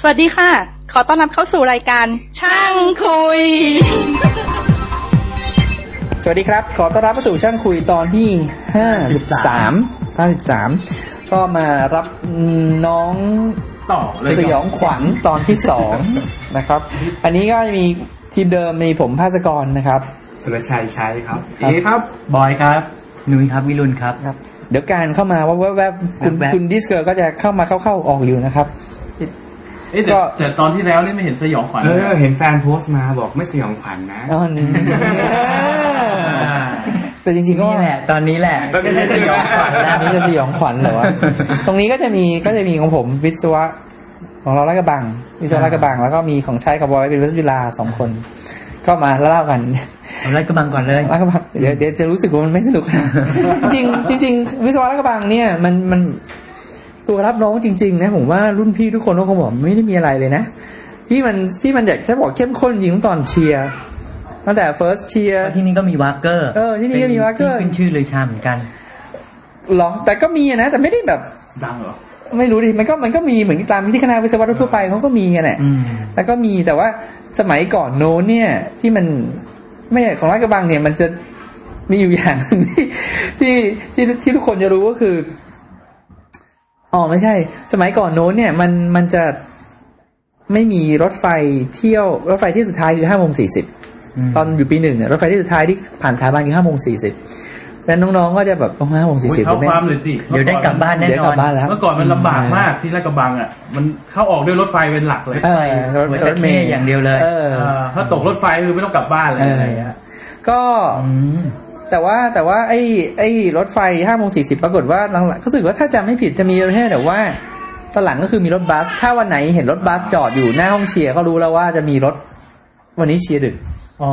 สวัสดีค่ะ ขอต้อนรับเข้าสู่รายการ ช่างคุย สวัสดีครับ ขอต้อนรับเข้าสู่ช่างคุยตอนที่ 53 53 ก็มารับน้อง ต่อเลย สยองขวั ญตอนที่ 2 นะครับ อันนี้ก็มีทีมเดิมมีผมภาสกรนะครับ สุรชัยใช้ครับ ครับ เอครับ บอยครับ นุ้ยครับ วิรุณครับ ครับ เดี๋ยวการเข้ามาว่าแวบๆคุณ แวบๆ คุณดิสเกอร์ก็จะเข้ามาเข้าๆออกอยู่ นะครับ เอ๊ะแต่ ก็ แต่ตอนที่แล้วนี่ไม่เห็นสยองขวัญ เอ เลย อ เห็นแฟนโพสต์มาบอกไม่สยองขวัญนะ อ๋อหนึ่งแต่จริงๆก็ นี่แหละ ตอนนี้แหละก็จะสยองขวัญแล้ อั วน นี้จะสยองขวัญเหรอ วะ ตรงนี้ก็จะมีก็จะมีของผมวิศวะของเราลาดกระบัง วิศวะลาดกระบัง แล้วก็มีของใช้กับบอยเป็นวิศวิลาสองคน ก็มาเล่ากัน เอาไรกระบังก่อนเลย ลาดกระบังเดี๋ยวเดี๋ยวจะรู้สึกว่ามันไม่สนุกนะ จริงจริง ๆ วิศวะลาดกระบังเนี่ยมันมันตัวรับน้องจริง ๆ นะผมว่ารุ่นพี่ทุกคนก็คงบอกไม่ได้มีอะไรเลยนะ ที่มันที่มันอยากจะบอกเข้มข้นยิงตอนเชียร์ตั้งแต่ first เชียร์ แล้วที่นี่ก็มีวากเกอร์ เออที่นี่ก็มีวากเกอร์ ที่ขึ้นชื่อเลยชาเหมือนกัน หรอแต่ก็มีนะ แต่ไม่ได้แบบ ดังเหรอ ไม่รู้ดิมันก็มันก็มีเหมือนตามที่คณะวิศวะทั่วไปเขาก็มีกันแหละ อืม แล้วก็มีแต่ว่าสมัยก่อนโน้นเนี่ย ที่มันไม่ใช่ของราชกระบังเนี่ย มันจะมีอยู่อย่างหนึ่งที่ที่ที่ที่ทุกคนจะรู้ก็คืออ๋อไม่ใช่ สมัยก่อนโน้นเนี่ย มันมันจะไม่มีรถไฟเที่ยวรถไฟที่สุดท้ายคือห้าโมงสี่สิบ ตอนอยู่ปีหนึ่งอะรถไฟที่สุดท้ายที่ผ่านสถาบันคือห้าโมงสี่สิบแล้วน้องๆก็จะแบบห้าโมงสี่ โอ้ย สิบ เท้าความเลยสิ เดี๋ยวได้กลับบ้านแน่ เดี๋ยวน ก อ ลั น บบ้านแล้ว เมื่อก่อนมันลำบากมากที่ลาดกระบังอ่ะ มันเข้าออกด้วยรถไฟเป็นหลักเลย เออรถ เหมือน รถเม แต่ ย์ เท่อย่างเดียวเลย เออ เออถ้าตกรถไฟคือไม่ต้องกลับบ้านเลย เอออ อะไรอย่างเงี้ย ก็ อืม แต่ว่าแต่ว่าไอ้ไอ้รถไฟห้าโมงสี่สิบปรากฏว่าหลังๆก็รู้สึกว่าถ้าจำไม่ผิดจะมีประเภทแต่ว่าตอนหลังก็คือมีรถบัส ถ้าวันไหนเห็นรถบัสจอดอยู่หน้าห้องเชียร์ก็รู้แล้วว่าจะมีรถวันนี้เชียร์ดึก อ๋อ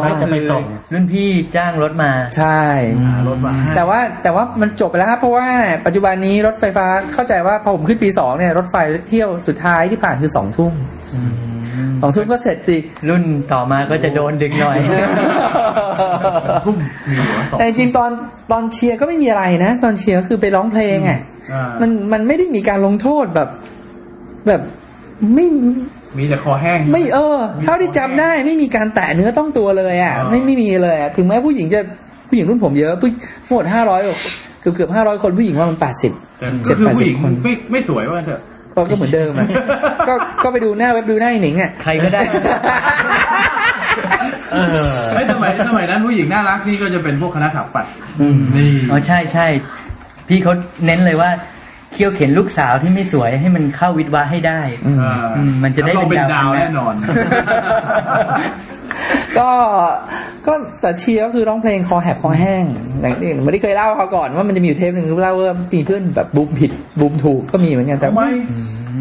ไม่จะไปส่ง รุ่นพี่จ้างรถมา ใช่ หารถมาให้ แต่ว่าแต่ว่ามันจบไปแล้วครับเพราะว่าปัจจุบันนี้รถไฟฟ้าเข้าใจว่าพอผมขึ้นปีสองเนี่ยรถไฟเที่ยวสุดท้ายที่ผ่านคือสองทุ่มสองทุ่มก็เสร็จสิ รุ่นต่อมาก็จะโดนดึกหน่อย ทุ่มมีหัวสอง แต่จริงๆตอนตอนเชียร์ก็ไม่มีอะไรนะ ตอนเชียร์ก็คือไปร้องเพลงอ่ะ อ่า มันมันไม่ได้มีการลงโทษแบบ แบบไม่ มีแต่คอแห้ง ไม่เออเท่าที่จำได้ไม่มีการแตะเนื้อต้องตัวเลยอ่ะ อ๋อ ไม่ไม่มีเลยอะถึงแม้ผู้หญิงจะผู้หญิงรุ่นผมเยอะผู้หมดห้าร้อยเกือบเกือบห้าร้อยคนผู้หญิงว่ามันแปดสิบ แต่ก็คือผู้หญิง เจ็ดแปดสิบคน ไม่ไม่สวยว่าเถอะ ก็ก็เหมือนเดิมอ่ะ ก็ก็ไปดูหน้าเว็บดูหน้าไอ้หนิงอ่ะ ใคร ก็ได้ เออ ไม่สมัยสมัยนั้นผู้หญิงน่ารักนี่ก็จะเป็นพวกคณะสถาปัตย์ อืม นี่ อ๋อใช่ใช่พี่เขาเน้นเลยว่าเคี่ยวเข็นลูกสาวที่ไม่สวยให้มันเข้าวิทวะให้ได้ อืม เออ มมันจะได้ รับรอง เป็ เป็น น ดา ดาว ว แน่นอน ก็ก็แต่เชียร์ก็คือร้องเพลงคอแหบคอแห้งอย่างที่ไม่ได้เคยเล่าเขาวก่อนว่ามันจะมีอยู่เทปหนึ่งเล่าว่ามีเพื่อนแบบบูมผิดบูมถูกก็มีเหมือนกันแต่ ทำไม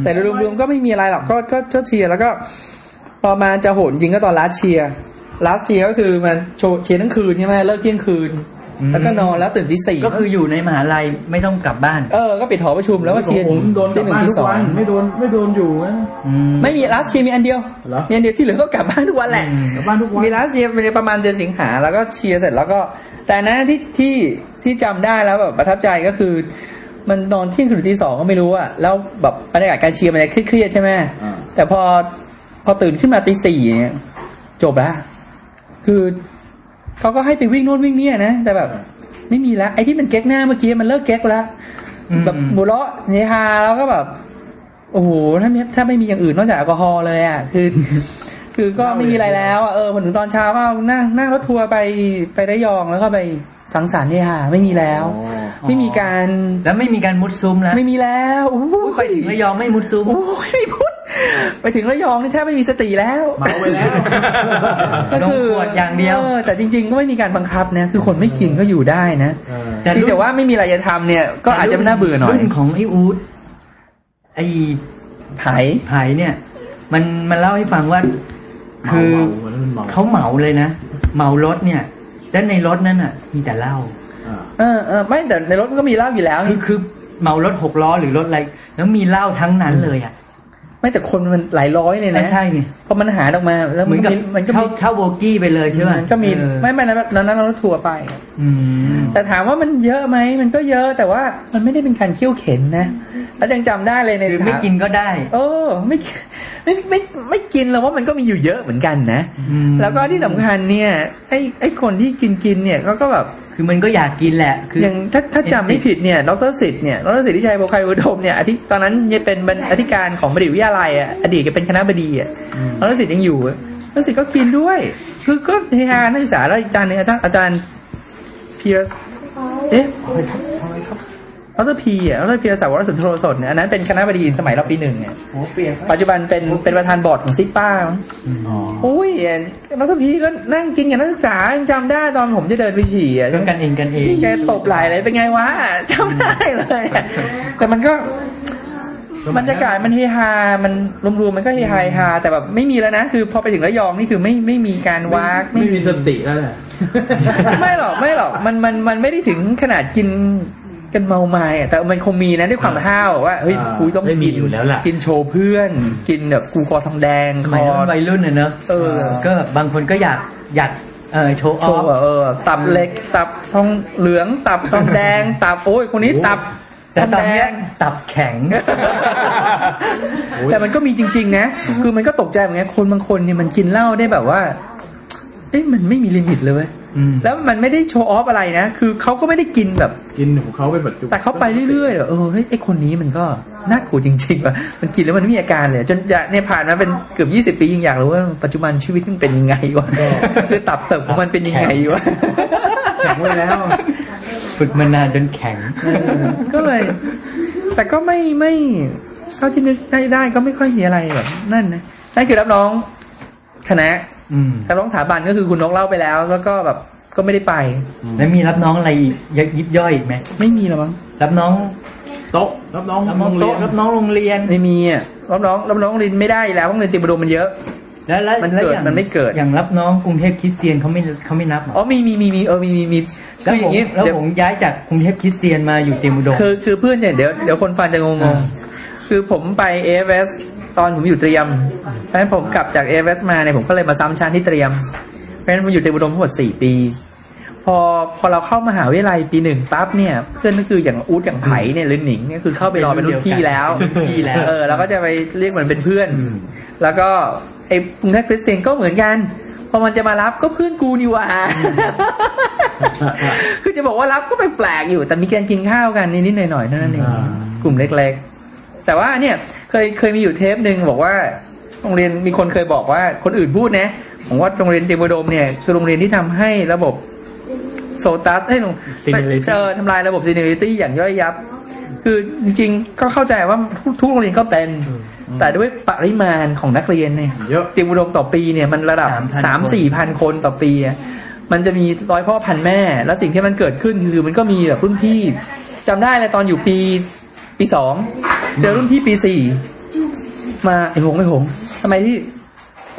แต่โดยรวมๆก็ไม่มีอะไรหรอกก็ก็ก็เชียร์แล้วก็ประมาณจะโหดจริงก็ตอนลาสเชียร์ลาสเชียร์ก็คือมันโชว์เชียร์ทั้งคืนใช่ไหมเลิกเที่ยงคืน แล้วก็นอนแล้วตื่นที่สี่ ก็คืออยู่ในมหาลัยไม่ต้องกลับบ้าน เออก็ปิดหอประชุมแล้วก็เชียร์ ผมโดนกลั ที่ บ หนึ่ง บ้าที่นทุก สอง วันไม่โดนไม่โดนอยู่นะ อืม ไม่มีลาสเชียร์มีอันเดียว เหรอ มีอันเดียวที่เหลือก็กลับบ้านทุกวันแหละ กลับบ้านทุกวัน มีลาสเชียร์เป็นประมาณเดือนสิงหาแล้วก็เชียร์เสร็จแล้วก็ แต่อันนั้นที่ที่ที่จำได้แล้วแบบประทับใจก็คือ มันนอนเที่ยงคืนหรือตีสองก็ไม่รู้อะแล้วแบบบรรยากาศการเชียร์มันจะเครียดๆใช่ไหม อ่า แต่พอพอตื่นขึ้นมาตีสี่เนี่ยจบละคือเขาก็ให้ไปวิ่งโน่นวิ่งเนี่ยนะแต่แบบไม่มีละไอ้ที่มันเก๊กหน้าเมื่อกี้มันเลิกเก๊กแล้ว อืม แบบบุเลาะเฮฮาแล้วก็แบบโอ้โหถ้าไม่ถ้าไม่มีอย่างอื่นนอกจากแอลกอฮอล์เลยอะคือ คือก็ไม่มีอะไรแล้วอะเออพอถึงตอนเช้าก็นั่งนั่งรถทัวร์ไปไประยองแล้วก็ไปสังสรรค์เนี่ยค่ะไม่มีแล้ว ไม่มีการ แล้วไม่มีการมุดซุ้มแล้ว ไม่มีแล้วโอ้โห ไปถึงระยองไม่มุดซุ้ม โอ้ยไม่พูดไปถึงระยองนี่แทบไม่มีสติแล้ว เมาไปแล้ว ก็คือ ลงขวดอย่างเดียว อแต่จริง ๆ ก็ไม่มีการบังคับนะคือคนไม่กินก็อยู่ได้นะ แต่ เพียง รุ่น แต่ว่าไม่มีอะไรจะทำเนี่ย ก็อาจจะน่าเบื่อหน่อย รุ่นของไอ้อูดไอ้ ไถ ไผ่เนี่ย มันมันเล่าให้ฟังว่า คือเขาเหมาเลยนะเหมารถเนี่ยแต่ในรถนั้นอ่ะ มีแต่เหล้า เออเออไม่แต่ในรถมันก็มีเหล้าอยู่แล้ว คือคือเหมารถหกล้อหรือรถอะไร แล้วมีเหล้าทั้งนั้นเลยอ่ะ ไม่แต่คนมันหลายร้อยเลยนะ ใช่ไง พอมันหารออกมา แล้ว เห มั มือน น ก็ กับ มีมันก็ เช่า มี เช่าโบกี้ไปเลยใช่ไหม มันก็มี เออ ไม่ไม่นะแล้วนั้นเราทัวร์ไป อืม แต่ถามว่ามันเยอะไหมมันก็เยอะแต่ว่ามันไม่ได้เป็นการเคี่ยวเข็นนะ แล้วยังจำได้เลยใน คือไม่ สถา กินก็ได้ โอ้ไม่ไม่ไมไม่ไม่กินเราว่ามันก็มีอยู่เยอะเหมือนกันนะ อืม แล้วก็ที่สำคัญเนี่ยไอ้ไอ้คนที่กินกินเนี่ยเขาก็แบบ คือมันก็อยากกินแหละ คือ อ อ ย่างถ้าถ้าจำไม่ผิดเนี่ยดรสิทธิ์เนี่ยดรสิทธิชัยโพไควุฒมเนี่ยอธิตอนนั้นยังเป็นบรรอธิการของบดีวิทยาลัยอ่ะอดีตก็เป็นคณะบดีอ่ะดรสิทธิ์ยังอยู่อะดรสิทธิ์ก็กินด้วย คือก็เฮฮานักศึกษาแล้วอาจารย์หนึ่งอาจารย์อาจารย์เพียร์เอ๊ะดรพีอ่ะดรพีรศักดิ์วรสุนทรสดเนี่ยอันนั้นเป็นคณะบดีสมัยเราปีหนึ่งเนี่ยปัจจุบันเป็นเป็นประธานบอร์ดของซิป้ามั้ง อุ้ยดรพีก็นั่งกินกับนักศึกษายังจำได้ตอนผมจะเดินไปฉี่อ่ะ ก็กันเองกันเอง พี่แกตบไหลายเลยเป็นไงวะจำได้เลย อะแต่มันก็บรรยากาศมันเฮฮา มันรวมๆมันก็เฮฮาเฮฮาแต่แบบไม่มีแล้วนะ คือพอไปถึงระยองนี่คือไม่ไม่มีการวาก ไม่มีสติแล้วแหละ ไม่หรอกไม่หรอกมันมันมันไม่ได้ถึงขนาดกินกันเมาไม้อะแต่มันคงมีนะด้วยความห้าวว่าเฮ้ย อ่า กูต้อง ไม่มี กิน อยู่แล้วล่ะ กินโชว์เพื่อน กินแบบกูคอทองแดง ส ค มัย อ รุ่นวัยรุ่นน่ะเนอะ เออ ก็บางคนก็อยากอยากเออโชว์อ โช อฟ ว์อะเออตับเหล็กตับทองเหลืองตับทองแดง ตับโอ้ยคนนี้ตับ แต่ตอนเนี้ทยงแดง ตับแข็ง แต่มันก็มีจริง ๆ นะ คือมันก็ตกใจเหมือนกันคนบางคนเนี่ยมันกินเหล้าได้แบบว่า เอ้ยมันไม่มีลิมิตเลยเว้ย อืม แล้วมันไม่ได้โชว์ออฟอะไรนะ คือเขาก็ไม่ได้กินแบบ กินของเขาเป็นปัจจุบัน แต่เขาไปเรื่อยๆเหรอเออเฮ้ยไอคนนี้มันก็น่ากลัวจริงๆว่ะ มันกินแล้วมันไม่มีอาการเลย จนอย่าเนี่ยผ่านมาเป็นเกือบยี่สิบปียังอยากรู้ว่าปัจจุบันชีวิตมันเป็นยังไงวะคือตับเติบของมันเป็นยังไงวะ แข็งไว้แล้ว ฝึกมานานจนแข็ง ก็เลย แต่ก็ไม่ไม่เท่าที่นึกได้ได้ก็ไม่ค่อยมีอะไรแบบนั่นนะนั่นคือรับน้องคณะ อืม รับน้องสถาบันก็คือคุณนกเล่าไปแล้ว แล้วก็แบบก็ไม่ได้ไป แล้วมีรับน้องอะไรอีกยยิบย่อยอีกไหม ไม่มีหรอมั้ง รับน้อง โต๊ะรับน้อง รับน้อง โรงเรี โต๊ะ ยน รับน้องโรงเรียน ไม่มีอ่ะรับน้องรับน้องเรียนไม่ได้แล้วเพราะเรียนติบดมมันเยอะ แล้วแล้ว มัน แล้ว เกิด อย่าง มันไม่เกิด อย่างรับน้องกรุงเทพคริสเตียนเขาไม่เขาไม่นับเหรอ อ๋อมีมีมีมีเออมีมีมี แล้ว คืออ ผ ย่ามงงี้ แล้ว เดี๋ยว ผมย้ายจากกรุงเทพคริสเตียนมาอยู่เตรียมอุดม คือคือเพื่อนเนี่ยเดี๋ยวเดี๋ยวคนฟังจะงง อ่า ๆคือผมไปเอฟเอสตอนผมอยู่เตรียมเพราะฉะนั้นผมกลับจากเอฟเอสมาเนี่ยผมก็เลยมาซ้ำชั้นที่เตรียม เพราะฉะนั้นผมอยู่เตรียมอุดมทั้งหมดสี่ปี พอพอเราเข้ามหาวิทยาลัยปีหนึ่งปั๊บเนี่ยเพื่อนก็คืออย่างอู๊ดอย่างไผ่เนี่ยหรือหนิงเนี่ยคือเข้าไปรอเป็นรุ่นพี่แล้ว เป็นรุ่นพี่แล้ว เออเราก็จะไปเรียกเหมือนเป็นเพื่อน แล้วก็ไอ้กรุงเทพคริสเตียนก็เหมือนกัน พอมันจะมารับก็เพื่อนกูนี่ห ว่า คือจะบอกว่ารับก็แปลกๆอยู่ แต่มีการกินข้าวกันนิดๆหน่อยๆเท่านั้นเองกลุ่มเล็กๆ แต่ว่าเนี่ยเคยเคยมีอยู่เทปหนึ่งบอกว่าโรงเรียนมีคนเคยบอกว่าคนอื่นพูดนะผมว่าโรงเรียนเตรียมอุดมเนี่ยคือโรงเรียนที่ทำให้ระบบโซตัสให้ยลง Seniority เจอทำลายระบบซีเนอริตี้อย่างย่อยยับ คือจริงๆ ก็เข้าใจว่าทุกทุกโรงเรียนก็เป็น แต่ด้วยปริมาณของนักเรียนเนี่ย เยอะ เตรียมอุดมต่อปีเนี่ยมันระดับ 3,000 สามสี่พันคนต่อปีอะมันจะมีร้อยพ่อพันแม่ แล้วสิ่งที่มันเกิดขึ้นคือมันก็มีแบบรุ่นพี่จำได้เลยตอนอยู่ปีปีสองเจอรุ่นพี่ปีสี่มาไอ้หงไอ้หงทำไมพี่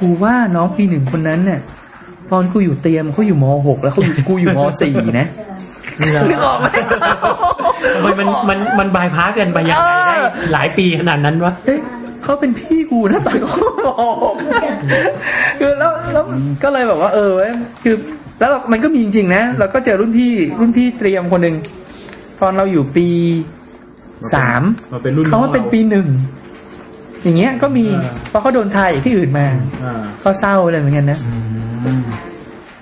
กูว่าน้องปีหนึ่งคนนั้นเนี่ยตอนกูอยู่เตรียมเขาอยู่มหกแล้วเขาอยู่กูอยู่มสี่นะ นึกออกไหม ทำไมมันมันมันบายพาสกันไปยังไงได้ เออ หลายปีขนาดนั้นวะ เฮ้ยเขาเป็นพี่กูนะตอนกูบอก คือแล้วแล้วก็เลยแบบว่า เออเว้ยคือ แล้วเรามันก็มีจริงๆนะเราก็เจอรุ่นพี่รุ่นพี่เตรียมคนหนึ่งตอนเราอยู่ปีสาม มาเป็นรุ่นน้อง เขามาเป็นปีหนึ่งอย่างเงี้ยก็มีเพราะเขาโดนไทยที่อื่นมา อ่า ก็เศร้าเลยเหมือนกันนะ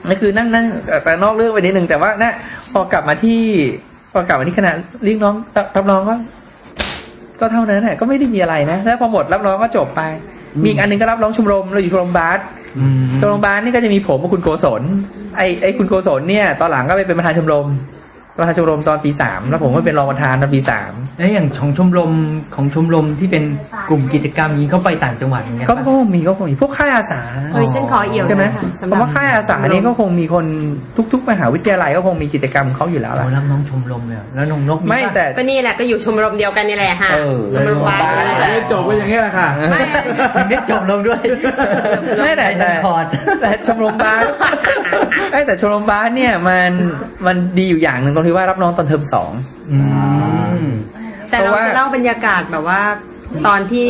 นั่นคือนั่นนั่นแต่นอกเรื่องไปนิดนึงแต่ว่านะพอกลับมาที่พอกลับมาที่คณะเรียกน้องรับรับน้องก็ก็เท่านั้นแหละก็ไม่ได้มีอะไรนะแล้วพอหมดรับน้องก็จบไป มีอีกอันหนึงก็รับน้องชมรมเราอยู่ชมรมบาสชมรมบาสนี่ก็จะมีผมกับคุณโกศลไอไอคุณโกศลเนี่ย ตอนหลังก็ไปเป็นประธานชมรมประธานชมรมตอนปีสามแล้วผมก็เป็นรองประธานตอนปีสาม แล้วอย่างของชมรมของชมรมที่เป็นกลุ่มกิจกรรมอย่างนี้เข้าไปต่างจังหวัดเหมือนกัน ก็ ปะ คงมีก็คงมีพวกค่ายอาสา เฮ้ยฉันขอเอี่ยว ใช่ไหม นะคะสำห ผ รับ มว่าค่ายอาสานี่ก็คงมีคนทุก ๆ มหาวิทยาลัยก็คงมีกิจกรรมของเขาอยู่แล้ว เรา ล่ะ รับน้องชมรมเลยเหรอแล้วน้องนก ไม่ ปะ แต่ ก็นี่แหละก็อยู่ชมรมเดียวกันนี่แหละค่ะ เออ ชมรมวาย เอ้ยจบไปอย่างนี้ยแหละค่ะ ไม่ มันได้จบลงด้วย ไม่แต่แต่ คอร์ด แต่ชมรมบาสไอ้ยแต่ชมรมบาสเนี่ยมันมันดีอยู่อย่างหนึ่งตรงที่ว่ารับน้องตอนเทอมสอง อืม แต่เราจะเล่าบรรยากาศแบบว่า ตอนที่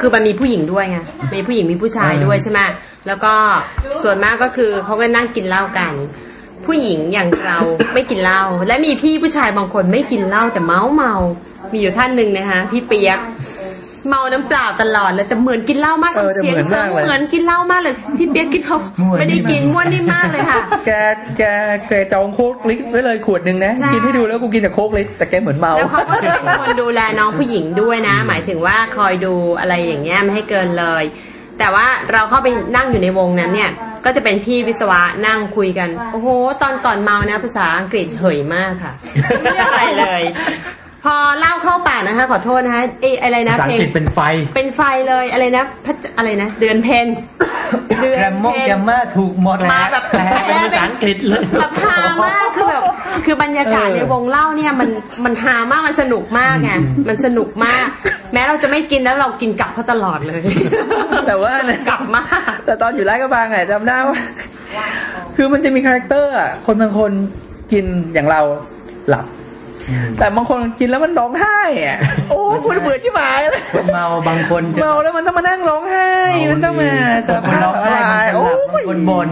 คือมันมีผู้หญิงด้วยไงมีผู้หญิงมีผู้ชายด้วยใช่ไหมแล้วก็ส่วนมากก็คือเขาก็นั่งกินเหล้ากัน ผู้หญิงอย่างเรา ไม่กินเหล้าและมีพี่ผู้ชายบางคนไม่กินเหล้าแต่เมาเมา มีอยู่ท่านหนึ่งนะคะพี่เปียก เมาน้ำเปล่าตลอดเลยแต่เหมือนกินเหล้ามาก เออแต่ เสียง เหมือน เสีย มาง กเลย เหมือนกินเหล้ามากเลย พี่เปียกกินเหล้าไม่ได้กินม้วนนี่มากเลยค่ะ แกแกแกจองโคกลิตรไว้เลยขวดหนึ่งนะ ใช่ กินให้ดูแล้วกูกินแต่โคกลิตรแต่แกเหมือนเมา แล้วเขาก็จะเป็นคนดูแลน้องผู้หญิงด้วยนะ หมายถึงว่าคอยดูอะไรอย่างเงี้ยไม่ให้เกินเลย แต่ว่าเราเข้าไปนั่งอยู่ในวงนั้นเนี่ย ก็จะเป็นพี่วิศวะนั่งคุยกัน โอ้โห ตอนก่อนเมานะภาษาอังกฤษเหยมากค่ะไม่ได้อะไรเลย พอเล่าเข้าปากนะคะ ขอโทษนะคะเอยอะไรนะ ภาษา เพลอัง ง กฤษเป็นไฟ เป็นไฟเลยอะไรนะพระอะไรนะ เดือนเพนเดือน แกรมโม เพ็ญ แกรมมาถูกหมด มาแบบ แปลเป็นภาษาอังกฤษเลย แบบฮามากคือแบบคือบรรยากาศในวงเล่าเนี่ยมันมันฮามากมันสนุกมากไงมันสนุกมาก แม้เราจะไม่กินแล้วเรากินกลับเขาตลอดเลย แต่ว่าเนี่ย กลับมาก แต่ตอนอยู่ไร่กระบังอะจำได้ว่า คือมันจะมีคาแรคเตอร์อะคนบางคนกินอย่างเราหลับ แต่บางคนกินแล้วมันร้องไห้อะ โอ้คุณเบื่อชิบหายเลย คนเมาบางคนจะ เมาแล้วมันต้องมานั่งร้องไห้ มันต้องมาสาร คน พัด ร้องไห้ อะไรโอ้บางคนหลับ ย บางคนบน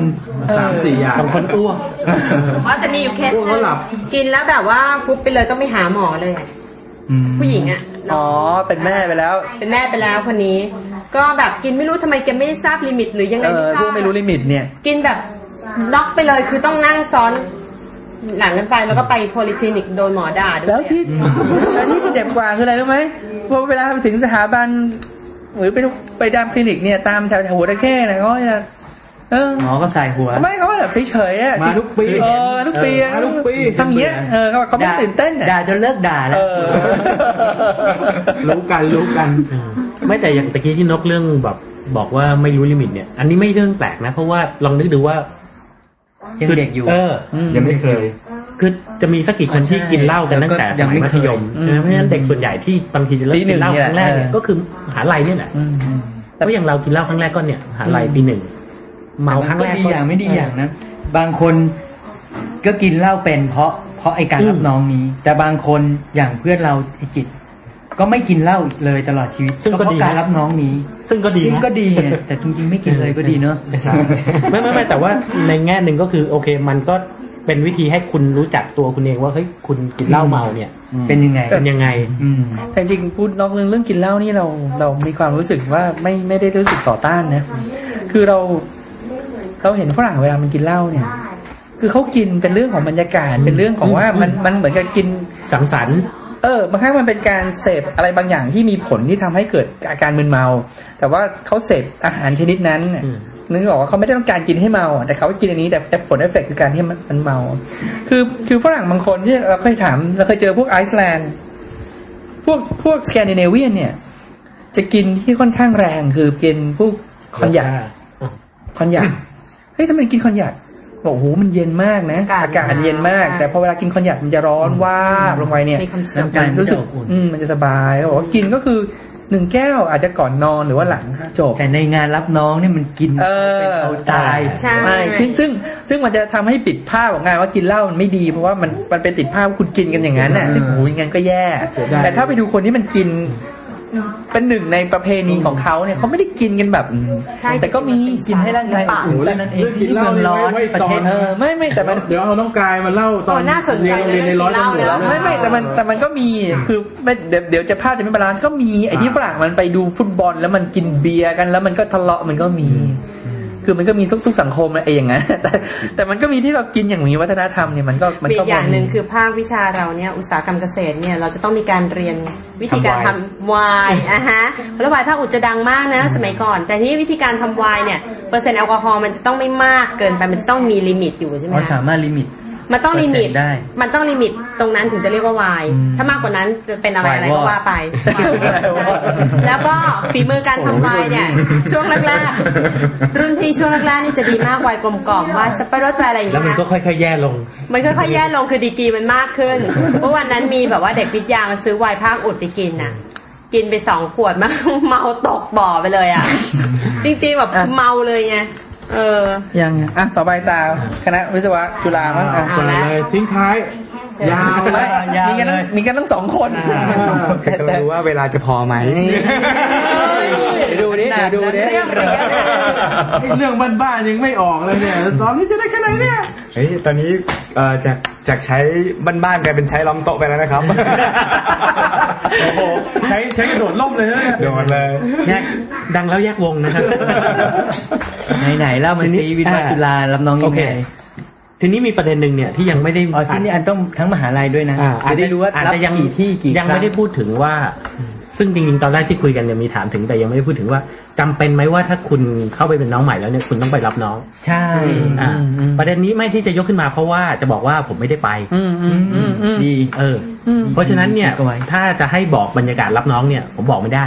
สามสี่อย่าง บางคนอ้วก เพราะจะมีอยู่เคส พวกเขาหลับ กินแล้วแบบว่าฟุบไปเลยต้องไปหาหมอเลยอะผู้หญิงอ่ะ อ๋อ เป็นแม่ไปแล้ว เป็นแม่ไปแล้วคนนี้ ก็แบบกินไม่รู้ทำไมแกไม่ทราบลิมิต หรือยังไง เออไม่ทรา พ บ วกไม่รู้ลิมิตเนี่ย กินแบบน็อกไปเลยคือต้องนั่งซ้อนหลังกันไปแล้วก็ไปโพลิคลินิกโดนหมอด่าด้วย แล้วที่แล้วที่เจ็บกว่าคืออะไรรู้ไหมพอเวลาไปถึงสถาบัน หรือไปไปตามคลินิกเนี่ย ตามแถวแถวหัวตะแคร่นะเขาจะเออ หมอก็ใส่หัว ไม่เขาแบบเฉยๆอ่ะ มาทุกปี เออทุกปีอะ มาทุกปี ทำอย่างเงี้ยเออเขาเขาไม่ต้องตื่นเต้น ด่า อ่ะ จนเลิกด่าแล้ เอ ว อ รู้กันรู้กัน ไม่แต่อย่างตะกี้ที่นกเรื่องแบบบอกว่าไม่รู้ลิมิตเนี่ย อันนี้ไม่เรื่องแปลกนะ เพราะว่าลองนึกดูว่า ยังเด็กอยู่ เออ ยังไม่เคย คือจะมีสักกี่คนที่กินเหล้ากันตั้งแต่สมัยมัธยม อืม นะเพราะฉะนั้นเด็กส่วนใหญ่ที่บางทีจะเลิก ปีหนึ่งกินเหล้า เนี่ยครั้งแรกเนี่ย เออ ก็คือมหาลัยเนี่ยแหละ อืม เพราะอย่างเรากินเหล้าครั้งแรกก็เนี่ยมหาลัยปีหนึ่งเมาครั้งแรก ดีอย่างไม่ดีอย่างนะ บางคนก็กินเหล้าเป็นเพราะเพราะไอการ อืม รับน้องนี้ แต่บางคนอย่างเพื่อนเราไอจิต ก็ไม่กินเหล้าอีกเลยตลอดชีวิตก็เพราะการรับน้องนี้ ซึ่งก็ดี ซึ่ง นะ ก็ดีไงแต่จริงๆไม่กินเลยก็ดีเนาะ ไม่ไม่ไม่แต่ว่าในแง่หนึ่งก็คือ โอเค มันก็เป็นวิธีให้คุณรู้จักตัวคุณเองว่าเฮ้ยคุณกินเหล้าเมาเนี่ย เป็นยังไง เป็นยังไง อืม แต่จริงๆพูดนอกเรื่องเรื่องกินเหล้านี่เราเรามีความรู้สึกว่าไม่ไม่ได้รู้สึกต่อต้านนะคือเราเราเห็นฝรั่งเวลามันกินเหล้าเนี่ย คือเขากินเป็นเรื่องของบรรยากาศเป็นเรื่องของว่ามันมันเหมือนกับกิน สังสรรค์ เออบางครั้งมันเป็นการเสพอะไรบางอย่างที่มีผลที่ทำให้เกิดอาการมึนเมา แต่ว่าเขาเสพอาหารชนิดนั้นน่ะ อืม นึกออกว่าเขาไม่ได้ต้องการกินให้เมาอ่ะแต่เขากินอันนี้แต่แต่ผลเอฟเฟกต์คือการที่มันมันเมา คือคือฝรั่งบางคนที่เราเคยถามเราเคยเจอพวกไอซ์แลนด์พวกพวกสแกนดิเนเวียนเนี่ย จะกินที่ค่อนข้างแรงคือกินพวกคอนยาก คอนยัก เฮ้ยทำไมกินคอนยักบอกโอ้โหมันเย็นมากนะอาอาากกา ศ ศเย็นมาก อ่า แต่พอเวลากินคอนยักมันจะร้อนวาบลงไปเนี่ย มีคำสั่ง ใจมันจะ รู้สึก อบอุ่น อืมมันจะสบายเขาบอกว่ากินก็คือหนึ่งแก้วอาจจะก่อนนอนหรือว่าหลังจบ แต่ในงานรับน้องเนี่ยมันกิน เออ นเอาตาย ใช่ ซึ่งซึ่งซึ่งมันจะทำให้ปิดภาพของงานว่ากินเหล้ามันไม่ดี เพราะว่ามันมันเป็นติดภาพว่าคุณกินกันอย่างนั้นน่ะซึ่งโอ้โหอย่างนั้นก็แย่ แต่ถ้าไปดูคนที่มันกิน เป็นหนึ่งในประเพณีของเขาเนี่ยเขาไม่ได้กินกันแบบ ใช่ แต่ก็มีกินให้ร่างกายอบอุ่น แต่นั้นเอง เรื่องกินที่เห เมื ล้า อนี่งร้อน ไว้ไว้ ประ ตอ เทศ น เออไม่ไม่แต่มัน เดี๋ยวเอาน้องกายมาเล่าตอน โอ้น่าสนใจ เรียนโรงเรียนในร้อยตำรวจ เรื่องกินเหล้านะ ไม่ไม่แต่มันแต่มันก็มีคือไม่เดี๋ยวเดี๋ยวจะภาพจะไม่บาลานซ์ก็มีไอ้ที่ อ่า ฝรั่งมันไปดูฟุตบอลแล้วมันกินเบียร์กัน แล้วมันก็ทะเลาะมันก็มี คือมันก็มีทุกๆสังคมนะไอ้อย่างนั้น แต่แต่มันก็มีที่แบบกินอย่างมีวัฒนธรรมเนี่ยมันก็มัน มี ก็ อีกอย่างหนึ่ง มี คือภาควิชาเราเนี่ยอุตสาหกรรมเกษตรเนี่ยเราจะต้องมีการเรียนวิธีการทำวาย อ่ะฮะแล้ววายภาคอุจจะดังมากนะ สมัยก่อน แต่ทีนี้วิธีการทำวายเนี่ยเปอร์เซ็นต์แอลกอฮอล์มันจะต้องไม่มากเกินไปมันจะต้องมีลิมิตอยู่ใช่ไหม เรา คะ สามารถลิมิต มันต้องลิมิต ได้ มันต้องลิมิตตรงนั้นถึงจะเรียกว่าวาย ถ้ามากกว่านั้นจะเป็นอะไร วาย อะไรวก็อด ว่าไป แล้วก็ฝีมือการทำวายเนี่ย ช่วงแรกๆ รุ่นพี่ช่วงแรกๆนี่จะดีมากวายกลมกล่อมวายสับปะรดวายอะไรอย่าง แล้ว เงี้ มัน ย ก็ค่อยๆแย่ลง มันค่อยๆแย่ลงคือดีกรีมันมาก ขึ้น เพราะวันนั้นมีแบบว่าเด็กวิทยามาซื้อวายภาคอุดไปกินน่ะ กินไปสองขวดมา เมาตกบ่อไปเลย อ่ะ จริงๆแบบ อ่ะ เมาเลยไง เออ ยังไงอ่ะต่อไปตามคณะวิศวะจุฬามั้งอ่ะ เอาละ ทิ้งท้าย ยาวไหม ยาว มีกัน เล ทั้ง ย มีกันทั้งสองคน คือกำลังดูว่าเวลาจะพอ ไหม เดี๋ยวดูดิเดี๋ยวดูดิ เรื่องมันเยอะเลย เรื่องบ้านๆยังไม่ออกเลยเนี่ย ตอนนี้จะได้แค่ไหนเนี่ย เฮ้ย ตอนนี้เอ่อจากจากใช้บ้านๆกลายเป็นใช้ล้อมโต๊ะไปแล้วนะครับ โอ้โห ใช้ใช้กระโดดล่มเลยนะ โดนเลย เนี่ยดังแล้วแยกวง นะครับ ไหนๆเล่ามา ทีนี้ ซีวิทยา อ่า จุฬาลำนองยั โอง เค ไง ทีนี้มีประเด็นหนึ่งเนี่ยที่ยังไม่ได้ อ๋อที่นี่อันต้องทั้งมหาลัยด้วยนะ อ่า จะได้รู้ว่า อจ รับ จะยัง กี่ที่กี่ ยัง ครั้ ไม่ได้พูดถึงว่า ซึ่งจริงๆตอนแรกที่คุยกันเนี่ยมีถามถึงแต่ยังไม่ได้พูดถึงว่าจำเป็นไหมว่าถ้าคุณเข้าไปเป็นน้องใหม่แล้วเนี่ยคุณต้องไปรับน้อง ใช่ อ่า อืมอืม ประเด็นนี้ไม่ที่จะยกขึ้นมาเพราะว่าจะบอกว่าผมไม่ได้ไป อืมอืมดี เอออเพราะฉะนั้นเนี่ยถ้าจะให้บอกบรรยากาศรับน้องเนี่ย ผมบอกไม่ได้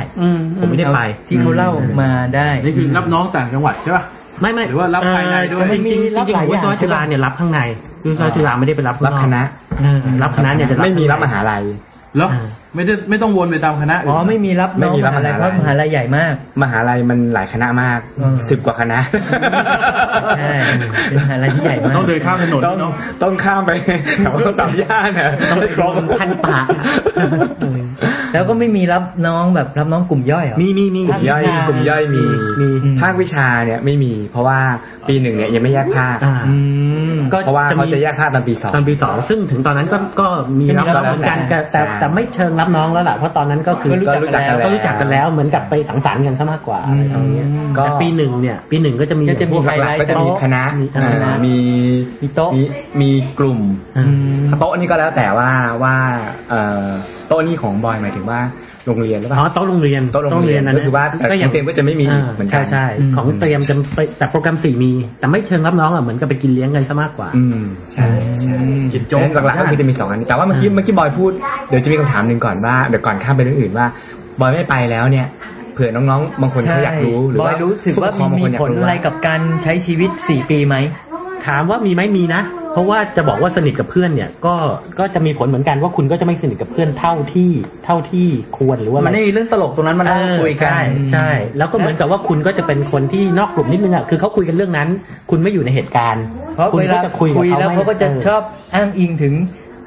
ผมไม่ได้ไป ที่เขาเล่ามาได้ นี่คือรับน้องต่างจังหวัดใช่ป่ะ ไม่ไม่ หรือว่ารับภายในด้วย จริงจริง มันมีรับ จริง หลาย วิศวะ อย่างใช่ จุ ปะ ฬาเนี่ยรับข้างในวิศวะจุฬาไม่ได้ไปรับข้าง รันอกบคณะ เออรับคณะเนี่ยจะรับ ไม่มีรับม ข้งใน หาลัย แล้ว อ่า ไม่ได้ไม่ต้องวนไปตามคณะ อ๋อไม่มีรับ ไม่ น้อง มี ม รับ หาลัยเพมหาลัยราะมหาลัยใหญ่มาก มหาลัยมันหลายคณะมาก อืม สิบกว่าคณะ ใช่เป็นมหาลัยที่ใหญ่มาก ต้องเดินข้ามถนน ต้อง เนาะ ต้องข้ามไปแถวสามย่านน่ะต้องไปครบ พันปากอะเออ แล้วก็ไม่มีรับน้องแบบรับน้องกลุ่มย่อยเหรอ มีมีมี กลุ่มย่อยกลุ่มย่อยมี มี อืม ภาควิชาเนี่ยไม่มี เพราะว่าปีหนึ่งเนี่ยยังไม่แยกภาค อ่า อืม เพราะว่าเขาจะแยกภาคตอนปีสอง ตอนปีสองซึ่งถึงตอนนั้นก็ก็มีรับ ก็มีรับ น้องเหมือนกันแต่แต่ ใช่ แต่ไม่เชิงรับน้องแล้วล่ะเพราะตอนนั้นก็คือ ก็รู้จักกันแล้ว ก็รู้จักกันแล้วเหมือนกับไปสังสรรค์กันซะมากกว่าอะไรตรงเนี้ย อืม แต่ปีหนึ่งเนี่ย ปีหนึ่งก็จะมี ก็จะมี หลักๆก็จะมีคณะ มีคณะ อ่ามี มีโต๊ะ มีมีกลุ่ม อืม โต๊ะนี่ก็แล้วแต่ว่าว่าเอ่อโต๊ะนี่ของบอยหมายถึงว่าโรงเรียนหรือเป อ๋อ ล่า โต๊ะโรงเรียน โต๊ะโรงเรียน อั ก็คือว่าแต่ของเตรียมก็จะไม่มี า เหมือนกัน ใช่ใช่ อืม ของเตรียมจะไปแต่โปรแกรมสี่มี แต่ไม่เชิงรับน้องอ่ะเหมือนกับไปกินเลี้ยงกันซะมากกว่า อืมใช่ใช่ จิตโจ๊ก เพราะฉะนั้นหลักๆก็คือจะมีสองอันนี้แต่ว่าเมื่อกี้เมื่อกี้บอยพูดเดี๋ยวจะมีคำถามหนึ่งก่อนว่าเดี๋ยวก่อนข้ามไปเรื่องอื่นว่า บอยไม่ไปแล้วเนี่ย เผื่อน้องๆบางคนเขาอยากรู้หรือบ อ ว่าย รู้สึกว่า ผู้ปครองบง มี คผลนยกอะไรกับการใช้ชีวิต 4 ปีไหม ถามว่ามีไหมมีนะ เพราะว่าจะบอกว่าสนิทกับเพื่อนเนี่ย ก็ก็จะมีผลเหมือนกันว่าคุณก็จะไม่สนิทกับเพื่อนเท่าที่เท่าที่ควรหรือว่า มันไม่มีเรื่องตลกตรงนั้นมา เอ นั่ง อ คุยกัน ใช่ใช่ แล้วก็เหมือนกับว่าคุณก็จะเป็นคนที่นอกกลุ่มนิดนึงอ่ะคือเขาคุยกันเรื่องนั้น คุณไม่อยู่ในเหตุการณ์ เพราะ คุณ เว ก็ ลา จะคุยกับ ย เขา แล้ว ไม่ เขาก็จะ เออ ชอบอ้างอิงถึง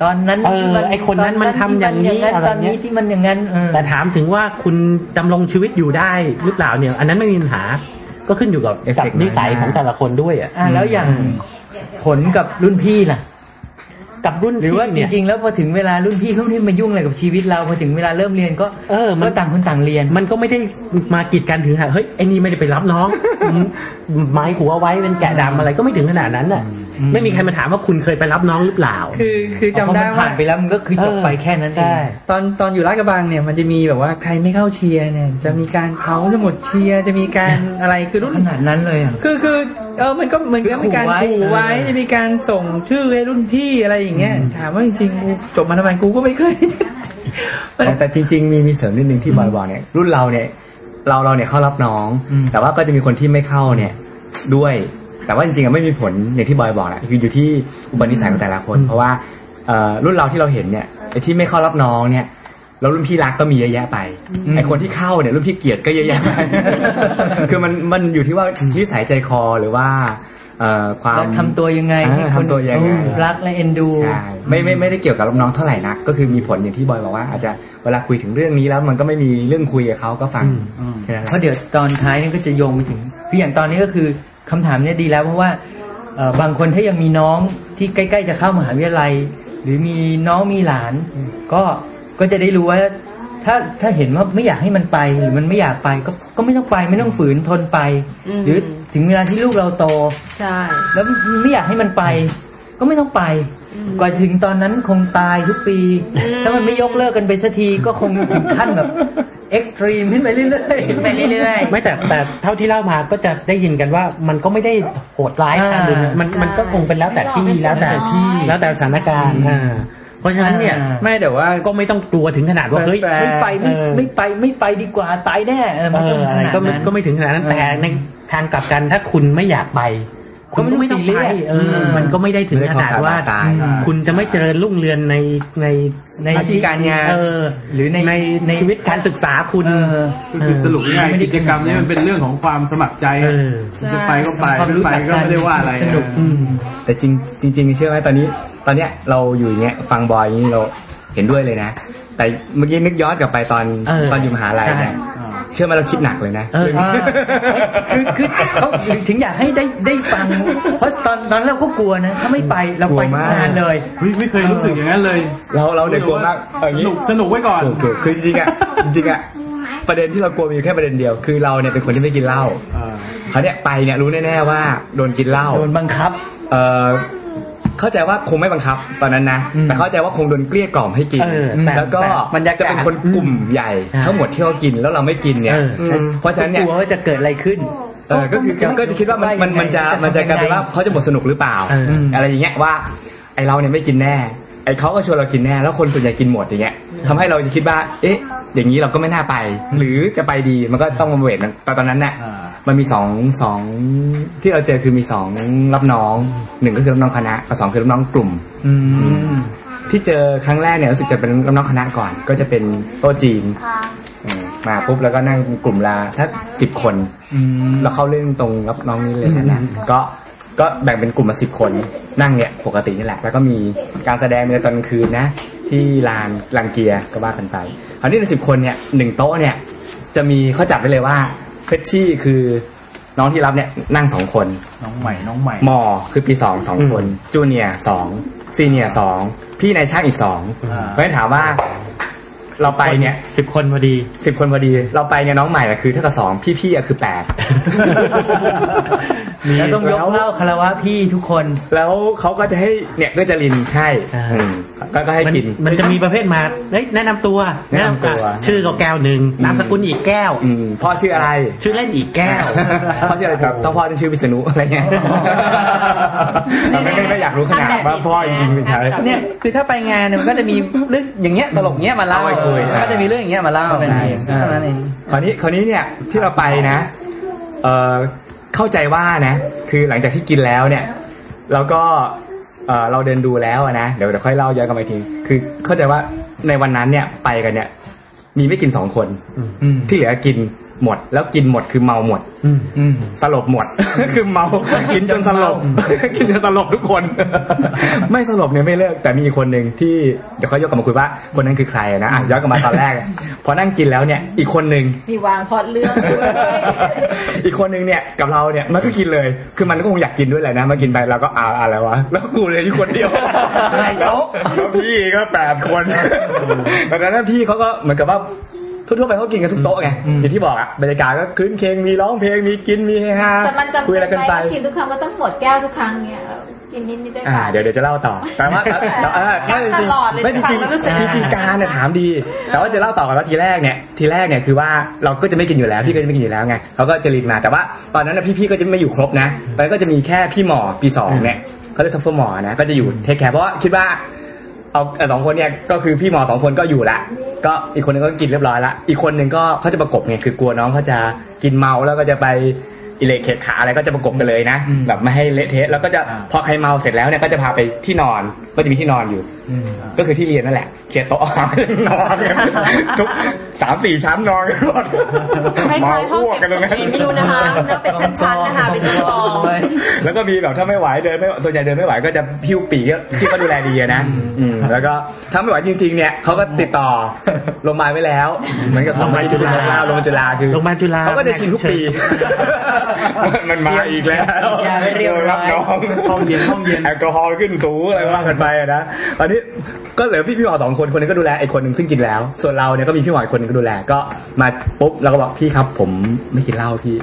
ตอนนั้น เออ ที่มั ไอ้คนนั้นมันทำอย่างนี้ ต อะไร ตอน เงี้ นี้ ย ที่มันอย่างนั้นเออ แต่ถามถึงว่าคุณดำรงชีวิตอยู่ได้หรือเปล่าเนี่ย อันนั้นไม่มีปัญหา ก็ขึ้นอยู่กับกับนิสัยของแต่ละคนด้วยอ่ะ อ่ะแล้วอย่างผลกับรุ่นพี่ล่ะ กับรุ่น หรือว่าจพี่เนี่ย ริงๆ แล้วพอถึงเวลารุ่นพี่เขาไม่มายุ่งอะไรกับชีวิตเราพอถึงเวลาเริ่มเรียนก็ เออมัน ก็ต่างคนต่างเรียน มันก็ไม่ได้มากีดกันถึงขนาดเฮ้ยไอ้นี่ไม่ได้ไปรับน้อง ไม้หัวไว้เป็นแกะดำอะไรก็ไม่ถึงขนาดนั้นน่ะ ไม่มีใครมาถามว่าคุณเคยไปรับน้องหรือเปล่า คือคือจำได้ เพราะมัน ว่า ผ่านไปแล้วมันก็คือจบไปแค่นั้นเอ ใช่ ง ตอนตอนอยู่ราชกระบังเนี่ยมันจะมีแบบว่าใครไม่เข้าเชียร์เนี่ย จะมีการเผาสมุดเชียร์จะมีการอะไรคือ รุ่น ขนาดนั้นเลยอ่ะ คือคือเออมันก็มันก็มีการ ขู่ ขู่ ไว้ ไว้ เออ จะมีการส่งชื่อให้รุ่นพี่อะไรอย่างเงี้ยถามว่าจริงๆกูจบมาทำไมกูก็ไม่เคย มัน แต่แต่จริง ๆ มีมีเสริมนิดนึงที่บอยบอกเนี่ยรุ่นเราเนี่ย เราเราเนี่ยเข้ารับน้อง อืม แต่ว่าก็จะมีคนที่ไม่เข้าเนี่ยด้วย แต่ว่าจริงๆอะไม่มีผลอย่างที่บอยบอกแหละคืออยู่ที่อุปนิสัยของแต่ละคน เพราะว่าเอ่อรุ่นเราที่เราเห็นเนี่ยไอ้ที่ไม่เข้ารับน้องเนี่ยแล้วรุ่นพี่รักก็มีเยอะแยะไปไอ้คนที่เข้าเนี่ยรุ่นพี่เกลียดก็เยอะแยะ ไป คือมันมันอยู่ที่ว่านิสัยใจคอหรือว่าเอ่อความ แล้วทำตัวยังไง เออ ให้คน ทำตัวยังไง รักและเอ็นดู ใช่ไม่ไม่ไม่ได้เกี่ยวกับรับน้องเท่าไหร่นักก็คือมีผลอย่างที่บอยบอกว่าอาจจะเวลาคุยถึงเรื่องนี้แล้วมันก็ไม่มีเรื่องคุยกับเขาก็ฟังแค่นั้นแห เพ ละ ราะเดี๋ยวตอนท้ายนี่ก็จะโยงไปถึงคืออย่างตอนนี้ก็คือคำถามเนี่ยดีแล้วเพราะว่าเอ่อบางคนถ้ายังมีน้องที่ใกล้ๆจะเข้ามหาวิทยาลัย หรือมีน้องมีหลาน ก็ก็จะได้รู้ว่า ถ้าถ้าเห็นว่าไม่อยากให้มันไปหรือมันไม่อยากไปก็ก็ไม่ต้องไปไม่ต้องฝืนทนไป อืม หรือถึงเวลาที่ลูกเราโต ใช่ แล้วไม่อยากให้มันไป ก็ไม่ต้องไป กว่าถึงตอนนั้นคงตายทุกปี ถ้ามันไม่ยกเลิกกันไปสักทีก็คงถึงขั้นแบบเอ็กซ์ตรีมขึ้นไปเรื่อยๆ ขึ้นไปเรื่อย ไม่แต่แต่เท่าที่เล่ามาก็จะได้ยินกันว่ามันก็ไม่ได้โหดร้ายขนาดนั้น อ่ามั มันมันก็คงเป็นแล้วแต่ที่แล้วแต่ที่ แล้วแต่สถานการณ์อ่าเพราะฉะนั้นเนี่ย อ่า ไม่แต่ว่า ก็ไม่ต้องกลัวถึงขนาดว่าเฮ้ย แฟน ไม่ไปไม่ เออ ไม่ไปไม่ไปดีกว่าตายแน่เออมัน เอ ก็ อ ข อะไร นาด ก็ไม่ นั้น ก็ไม่ถึงขนาดนั้น เออ แต่ในทางกลับกันถ้าคุณไม่อยากไป คุณก็ไม่ต้องไปเออ มันก็ไม่ได้ถึงขนาดว่า ไม่ได้ขอขาดบาดตาย คุณจะไม่เจริญรุ่งเรืองในในใน หน้าที่การงาน เออ หรือใน ใน ใน ชีวิตการศึกษาคุณ เออ ก็คือสรุปง่ายๆกิจกรรมนี้มันเป็นเรื่องของความสมัครใจ เออ จะไปก็ไปไม่ไปก็ไม่ได้ว่าอะไร สนุก แต่จริงจริงๆเชื่อไหมตอนนี้ตอนเนี้ยเราอยู่อย่างเงี้ยฟังบอยอย่างนี้เราเห็นด้วยเลยนะ แต่เมื่อกี้นึกย้อนกลับไปตอน เออ ตอนอยู่มหาลัยเนี่ย ใช่ เชื่อไหมเราคิดหนักเลยนะ เออ อ่าคือคือเขาถึงอยากให้ได้ได้ฟัง เพราะตอนตอนแรกก็กลัวนะ ถ้าไม่ไปเราไปนานเลย เฮ้ยไม่เคยรู้สึกอย่างนั้นเลย เราเราเนี่ยกลัวมากเอาอย่าง ส งี้ นุกสนุกไว้ก่อน ถูกถูกคือจริงๆอ่ะ จริงๆอ่ะประเด็นที่เรากลัวมีอยู่แค่ประเด็นเดียว คือเราเนี่ยเป็นคนที่ไม่กินเหล้าเขาวเนี่ยไปเนี่ยรู้แน่ๆว่าโดนกินเหล้า โดนบังคับ เออเข้าใจว่าคงไม่บังคับตอนนั้นนะแต่เข้าใจว่าคงโดนเกลี้ยกล่อมให้กิน เออแต่ แล้วก็ แต่บรรยากาศ จะเป็นคนกลุ่มใหญ่ ใช่ ทั้งหมดที่เขากินแล้วเราไม่กินเนี่ย เออ อืมเพราะฉะนั้กนเนี่ย ลัวว่าจะเกิดอะไรขึ้น เออก็คือ ก็ ก็จะคิดว่ามันมันมันจะ ว่ายังไง มันจะกลายเป็นว่า จะทำยังไง เขาจะหมดสนุกหรือเปล่า เอออืม อะไรอย่างเงี้ยว่าไอเราเนี่ยไม่กินแน่ไอเขาก็ชวนเรากินแน่แล้วคนส่วนใหญ่กินหมดอย่างเงี้ยทำให้เราจะคิดว่า เอ๊ะ อย่างนี้เราก็ไม่น่าไป หรือจะไปดีมันก็ต้องมาเวทมันตอนตอนนั้นเนี่ย อ่า มันมีสองสองที่เราเจอคือมีสองรับน้องหนึ่งก็คือรับน้องคณะกับสองคือรับน้องกลุ่ม ที่เจอครั้งแรกเนี่ยรู้สึกจะเป็นรับน้องคณะก่อน ก็จะเป็นโต๊ะจีนอืมมาปุ๊บแล้วก็นั่งกลุ่มลาสักสิบคน เราเข้าเรื่องตรงรับน้องนี่เลยนะนะก็ก็แบ่งเป็นกลุ่มมาสิบคนนั่งเนี่ยปกตินี่แหละ แล้วก็มีการแสดงในตอนกลางคืนนะ ที่ลานลานเกียร์ก็ว่ากันไปคราวนี้ในสิบคนเนี่ยหนึ่งโต๊ะเนี่ย จะมีเขาจับไว้เลยว่าเฟชชี่คือน้องที่รับเนี่ยนั่งสองคน น้องใหม่น้องใหม่ มอคือปีสองสองคน จูเนียร์สองซีเนียร์สองพี่นายช่างอีกสอง อ่า เพราะฉะนั้นถามว่า เราไปเนี่ย สิบคนพอดี สิบคนพอดี เราไปเนี่ยน้องใหม่อะคือเท่ากับสองพี่พี่ๆอะคือแปด แล้วต้องยกเหล่าคารวะพี่ทุกคน แล้วเขาก็จะให้เนี่ยก็จะรินให้ อ่า อืมแล้วก็ให้ มัน กิน มันจะมีประเภทมาเอ้ยแนะนำตัว แนะนำตัว อ่ะชื่อก็แก้วหนึ่ง อืม นามสกุลอีกแก้ว อืมพ่อชื่อ อะไร ชื่อเล่นอีกแก้ว พ่อชื่ออะไรครับต้องพ่อต้องชื่อวิษณุอะไรเงี้ยแต่ไม่ไม่ไม่อยากรู้ขนาดว่าพ่อจริงๆเป็นใคร เนี่ยคือถ้าไปงานเนี่ยมันก็จะมี เรื่องอย่างเงี้ยตลกเงี้ยมาเล่า เอาไว้คุย มันก็จะมีเรื่องอย่างเงี้ยมาเล่า ใช่ใช่ เท่านั้นเอง คราวนี้คราวนี้เนี่ยที่เราไปนะเออเข้าใจว่านะ คือหลังจากที่กินแล้วเนี่ยแล้วก็เออเราเดินดูแล้วอะนะเดี๋ยวเดี๋ยวค่อยเล่าย้อนกลับไปทีคือเข้าใจว่าในวันนั้นเนี่ยไปกันเนี่ย มีไม่กินสองคน ที่เหลือกินหมด แล้วกินหมดคือเมาหมด สลบหมด คือเมา กินจนสลบ กินจนสลบทุกคน ไม่สลบเนี่ยไม่เลิก แต่มีอีกคนหนึ่งที่เดี๋ยวเขายกกลับมาคุยว่าคนนั้นคือใครนะอ่ะย้อนกลับมาตอนแรก พอนั่งกินแล้วเนี่ย อีกคนหนึ่ง มีวางพล็อดเรื่องด้วย อีกคนนึงเนี่ยกับเราเนี่ยมันก็กินเลย คือมันก็คงอยากกินด้วยแหละนะมากินไปเราก็อาอะไรวะ แล้วกูเลยอยู่คน เดียวแล้วแล้วพี่ก็แปด คนตอนนั้นนะพี่เขาก็เหมือนกับว่าทั่วๆไปเขากินกันทุกโต๊ะไงอย่างที่บอกอะบรรยากาศก็คลื้นเคงมีร้องเพลงมีกินมีเฮฮา แต่มันจำ คุย เป็ อะไร น กัน ไหม ไป ว่ากินทุกครั้งก็ต้องหมดแก้วทุกครั้งเนี่ยเออกินนิดนิดๆได้ อ่า ปะ เดี๋ยวเดี๋ยวจะเล่าต่อ แต่ว่าแต่แต่เออไม่จริง ตลอดเลย ไม่จ ฟั ริ ง ง แล้วรู้สึก จริงจริงการเนี่ยถามดี แต่ว่าจะเล่าต่อกันว่าทีแรกเนี่ยทีแรกเนี่ยคือว่าเราก็จะไม่กินอยู่แล้วพี่ก็จะไม่กินอยู่แล้วไงเขาก็จะรีบมาแต่ว่าตอนนั้นนะพี่ๆก็จะไม่อยู่ครบนะตอนนั้นก็จะมีแค่พี่หมอปีสองเนี่ยเขาเรียกซัฟเฟอร์หมอนะก็จะอยู่เทคแคร์เพราะว่าคิดว่าเอาเอาสองคนเนี่ยก็คือพี่หมอสองคนก็อยู่ละก็อีกคนนึงก็กินเรียบร้อยละอีกคนนึงก็เขาจะประกบไงคือกลัวน้องเขาจะกินเมาแล้วก็จะไปอิเล็กเขตขาอะไรก็จะประกบกันเลยนะ แบบไม่ให้เละเทะแล้วก็จะพอใครเมาเสร็จแล้วเนี่ยก็จะพาไปที่นอนก็จะมีที่นอนอยู่ ก็คือที่เรียนนั่นแหละเคลียร์โต๊ะ อาหารนอนกันทุกสามสี่ชั้นนอนกันหมด คล้ายๆห้อง อ้วก เก็ กัน บศพตรงนั้น เองไม่รู้นะคะนั่งเป็นชั้นๆนะคะเป็นกอง แล้วก็มีแบบถ้าไม่ไหวเดินไม่ส่วนใหญ่เดินไม่ไหวก็จะพิ้วปีกที่เขาดูแลดีอะนะอืมแล้วก็ถ้าไม่ไหวจริง ๆ เนี่ยเขาก็ติดต่อโรงพยาบาลไว้แล้ว เหมือนกับ โรงพยาบาลจุฬา โรงพยาบาลจุฬาคือ โรงพยาบาลจุฬา เขาก็จะชินทุกปี มันมาอีกแล้ว อย่าไปเรียกร้อย รับน้อง ห้องเย็นห้องเย็น แอลกอฮอล์ขึ้นสูงอะไรว่ากันไปอะนะตอนนี้ก็เหลือพี่พี่หมอสองคนคนหนึงก็ดูแลไอ้คนหนึ่งซึ่งกินแล้ว ส่วนเราเนี่ยก็มีพี่หมออีกคนหนึงก็ดูแลก็มาปุ๊บเราก็บอกพี่ครับ ผมไม่กินเหล้าพี่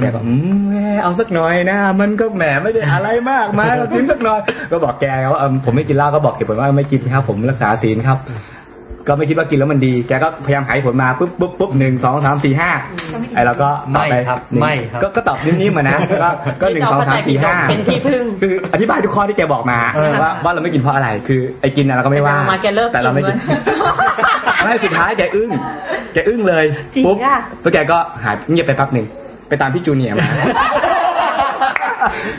แกก็อืมแหมเอาสักหน่อยนะ มันก็แหมไม่ได้อะไรมากมายเรากินสักหน่อยก็บอกแกว่าเอิ่มผมไม่กินเหล้าก็บอกเหตุผลว่าไม่กินครับ ผมรักษาศีลครับ ก็ไม่คิดว่ากินแล้วมันดีแกก็พยายามหายผลมาปุ๊บปุ๊บปุ๊บหนึ่งสองสามสี่ห้าไอ้เราก็ตอป ไม่ครับ หนึ่ง ไม่ครับ ก็ก็ตอบนิ่มๆมานะก็ก็หนึ่งสองสามสี่ห้า เป็นที่พึ่ง คืออธิบายทุกข้อที่แกบอกมา เออ ว่าว่าเราไม่กินเพราะอะไรคือไอ้กินนะเราก็ไม่ว่า แต่เรามาแกเลิก แต่เราไม่กิน กินด้วย ไม่สุดท้ายแกอึ้งแกอึ้งเลย จริง ปุ๊บ อะ แล้วแกก็หายเงียบไปแป๊บหนึ่งไปตามพี่จูเนียร์มา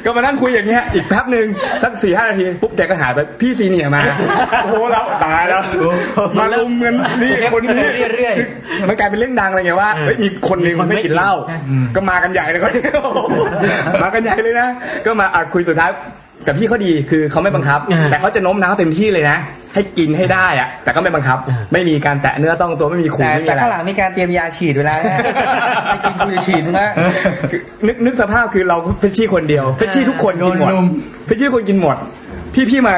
ก็มานั่งคุยอย่างเงี้ยอีกแป๊บหนึ่งสักสี่ห้านาทีปุ๊บแกก็หายไปพี่ซีเนียร์มา โอ้โหแล้วตายแล้ว มาลุมเงินนี่คนนี้ เรื่อยๆ คือมันกลายเป็นเรื่องดังอะไรเงี้ยว่าเฮ้ยมีคนหนึ่ง มีคนไม่ ไม่กินเหล้า ใช่ ก็มากันใหญ่เลยก็ มากันใหญ่เลยนะก็มาอ่ะคุยสุดท้ายกับพี่เขาดีคือเขาไม่บังคับ อ่า แต่เขาจะโน้มน้าวเต็มที่เลยนะ ให้กินให้ได้อะแต่ก็ไม่บังคับ อ่า ไม่มีการแตะเนื้อต้องตัวไม่มีขู่ แต่ ไม่มี แต่ อะไร ข้างหลังมีการเตรียมยาฉีดเวแลา ให้กินกูจะฉีดมึงละ คือ นึกนึกสภาพคือเราเฟชชี่คนเดียวเฟชชี่ทุกคนกินหมด โดนรุม เฟชชี่ทุกคนกินหมด พี่พี่มา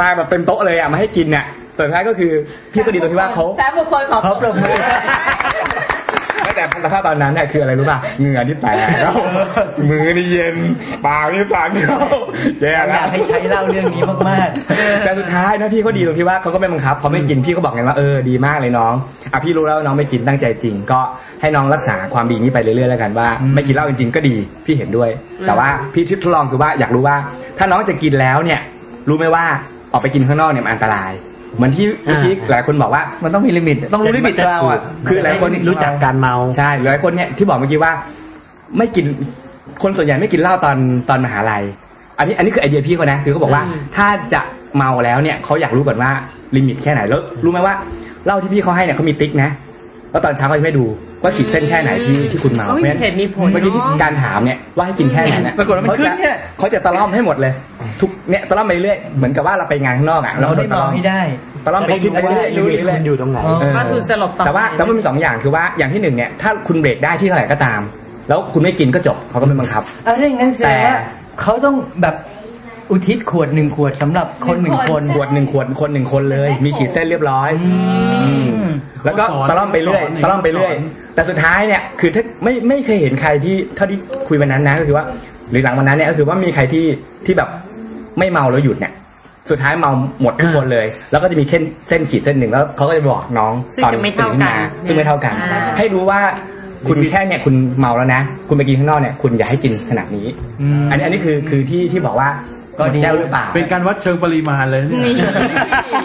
มาแบบเป็นโต๊ะเลยอ่ะมาให้กินเนี่ยสุดท้ายก็คือพี่ก็ดีตรงที่ว่าเขา แต่บุคคลของ เขาปรบมือ ไม่แต่สภาพตอนนั้นเนี่ยคืออะไรรู้ป่ะเหงื่อนี่แตกแล้วมือนี่เย็นปากนี่สั่นแย่ อ แล้ ยาว กให้ใช้เล่าเรื่องนี้มากๆ แต่สุดท้ายนะพี่เขาดีตรงที่ว่าเขาก็ไม่บังคับเขาไม่กินพี่ก็บอกไงว่าเออดีมากเลยน้องอ่ะพี่รู้แล้วว่าน้องไม่กินตั้งใจจริง ก็ให้น้องรักษาความดีนี้ไปเรื่อยๆแล้วกันว่า ไม่กินเหล้าจริงๆก็ดีพี่เห็นด้วย แต่ว่าพี่ทดลองคือว่าอยากรู้ว่า ถ้าน้องจะกินแล้วเนี่ย รู้ไหมว่าออกไปกินข้างนอกเนี่ยมันอันตราย เหมือนที่เมื่อกี้หลายคนบอกว่า มันต้องมีลิมิต ต้องรู้ลิมิตเราอ่ะ คือหลายคน รู้จักการเมา ใช่หลายคนเนี่ยที่บอกเมื่อกี้ว่า ไม่กินคนส่วนใหญ่ไม่กินเหล้าตอนตอนมหาลัย อันนี้อันนี้คือไอเดียพี่เขานะคือเขาบอกว่าถ้าจะเมาแล้วเนี่ยเขาอยากรู้ก่อนว่าลิมิตแค่ไหนแล้วรู้ไหมว่าเหล้าที่พี่เขาให้เนี่ยเขามีติ๊กนะแล้วตอนเช้าเขาจะไม่ดูว่าขีดเส้นแค่ไหนที่ที่คุณเมา เขาไม่มีเหตุมีผล เมื่อกี้ที่ เนอะ การถามเนี่ยว่าให้กินแค่ไหนเนี่ย ปรากฏว่ามัน เขา ขึ้ จะ นเนี่ย เขาจะตะล่อมให้หมดเลย ทุกเนี่ยตะล่อมไปเรื่อยเหมือนกับว่าเราไปงานข้างนอกอ่ะ เรา ก็โ ได้มองให้ได้ ตะล่อมไปกินไปเรื่อยๆรู้เรื่อยๆ อยู่ตรงไหน เอ ก็คือสลบต่อ แต่ว่า ไป แต่ว่ามันมีสองอย่างคือว่าอย่างที่หนึ่งเนี่ยถ้าคุณเบรกได้ที่เท่าไหร่ก็ตาม แล้วคุณไม่กินก็จบเขาก็ไม่บังคับ เอาเรื่องนั้นแสดงว่า แต่ เขาต้องแบบอุทิศขวดหนึ่งขวดสำหรับคนหนึ่งคน ขวดหนึ่งขวดคนหนึ่งคนเลย มีขีดเส้นเรียบร้อยอืมแล้วก็ เขาสอน ตะล่อมไปเรื่อย เขาสอน ตะล่อมไปเรื่อยแต่สุดท้ายเนี่ยคือถ้าไม่ไม่เคยเห็นใครที่เท่าที่คุยวันนั้นนะก็คือว่า หรือหลังวันนั้นเนี่ยก็คือว่ามีใครที่ที่แบบไม่เมาแล้วหยุดเนี่ย สุดท้ายเมาหมดทุกคนเลย แล้วก็จะมีเส้นเส้นขีดเส้นหนึ่งแล้วเขาก็จะบอกน้อง ซึ่ง ตอน จะไม่เท่ากัน ตื่ซึ่งไม่เท่ากัน อ่า ให้รู้ว่าคุณแค่เนี่ยคุณเมาแล้วนะ คุณไปกินข้างนอกเนี่ยคุณอย่าให้กินขนาดนี้ อันนี้อันนี้คือคือที่ที่บอกว่า ก็ดี แก้วหรือเปล่า เป็นการวัดเชิงปริมาณเลยเย นี่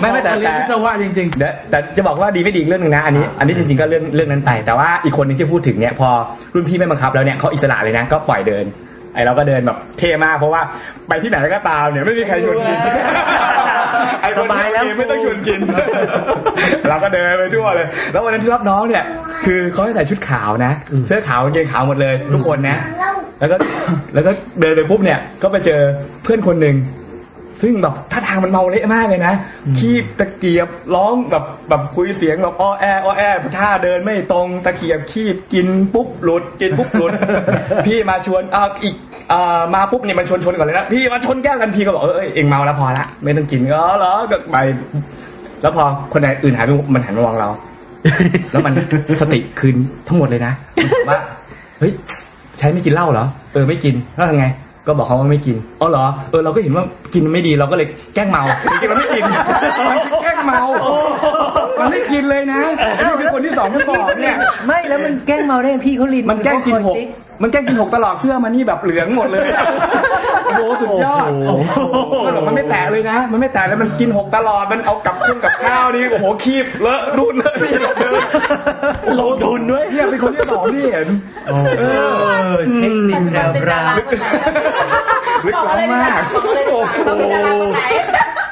ไม่ไม่แต่ เรียน แต่ วิศวะจริง เดี๋ยวแต่จะบอกว่าดีไม่ดีอีกเรื่องหนึงนะอันนี้อันนี้จริงๆก็เรื่องเรื่องนั้นไปแต่ว่าอีกคนนึงที่พูดถึงเนี่ยพอรุ่นพี่ไม่บังคับแล้วเนี่ยเขาอิสระเลยนะก็ปล่อยเดินไอเราก็เดินแบบเท่มากเพราะว่าไปที่ไหนก็ตามเนี่ยไม่มีใครชวนกินไอคน สบายแล้ ที่ ว ไม่ต้องชวนกิน เราก็เดินไปทั่วเลย แล้ววันนั้นที่รับน้องเนี่ยคือเขาให้ใส่ชุดขาวนะ เสื้อขาวกางเกงขาวหมดเลยทุกคนนะ แล้วก็แล้วก็เดินไปปุ๊บเนี่ยก็ไปเจอเพื่อนคนหนึ่ง ซึ่งแบบท่าทางมันเมาเละมากเลยนะขี้ตะเกียบร้องแบบแบบคุยเสียงแบบอ้อแออ้อแอท่าเดินไม่ตรงตะเกียบขี้กินปุ๊บหลุดกินปุ๊บหลุด พี่มาชวนอ่าอีกอ่ามาปุ๊บเนี่ยมันชวนชนก่อนเลยนะพี่มาชนแก้วกันพี่ก็บอกเออเอยเองเมาแล้วพอละไม่ต้องกินก็เหรอก็ไปแล้วพอคนไหนอื่นหายไปมันหันมามองเรา แล้วมันสติคืนทั้งหมดเลยนะมันบอกว่าเฮ้ย ใช้ไม่กินเหล้าเหรอ เออไม่กิน แล้วทำไง ก็บอกเขาว่าไม่กิน อ๋อเหรอ เออเราก็เห็นว่ากินไม่ดีเราก็เลยแกล้งเมาจริงๆเราไม่กิน แกล้งเมามันไม่กินเลยนะนี่เป็นคนที่สองที่บอกเนี่ย ไม่แล้วมันแกล้งเมาได้พี่เขาลิน มันแกล้งกินหก มันแกล้งกินหกตลอดเสื้อมันนี่แบบเหลืองหมดเลย โอ้โหสุดยอด โอ้โห มันแบบมันไม่แตะเลยนะ มันไม่แตะแล้วมันกินหกตลอด มันเอากับเครื่องกับข้าวนี่โอ้โหคีบเลอะดุนเลอะนี่ ลงทุนด้วย เนี่ยเป็นคนที่สองที่เห็น เออเทคนิ ปั ค จจุ แน บัน ว เป็น ปราบดาราคนไหน ลึก บอกล้ำมากอะไรดีกว่าบอกอะไรดีกว่าเขาเป็นดาราคนไหน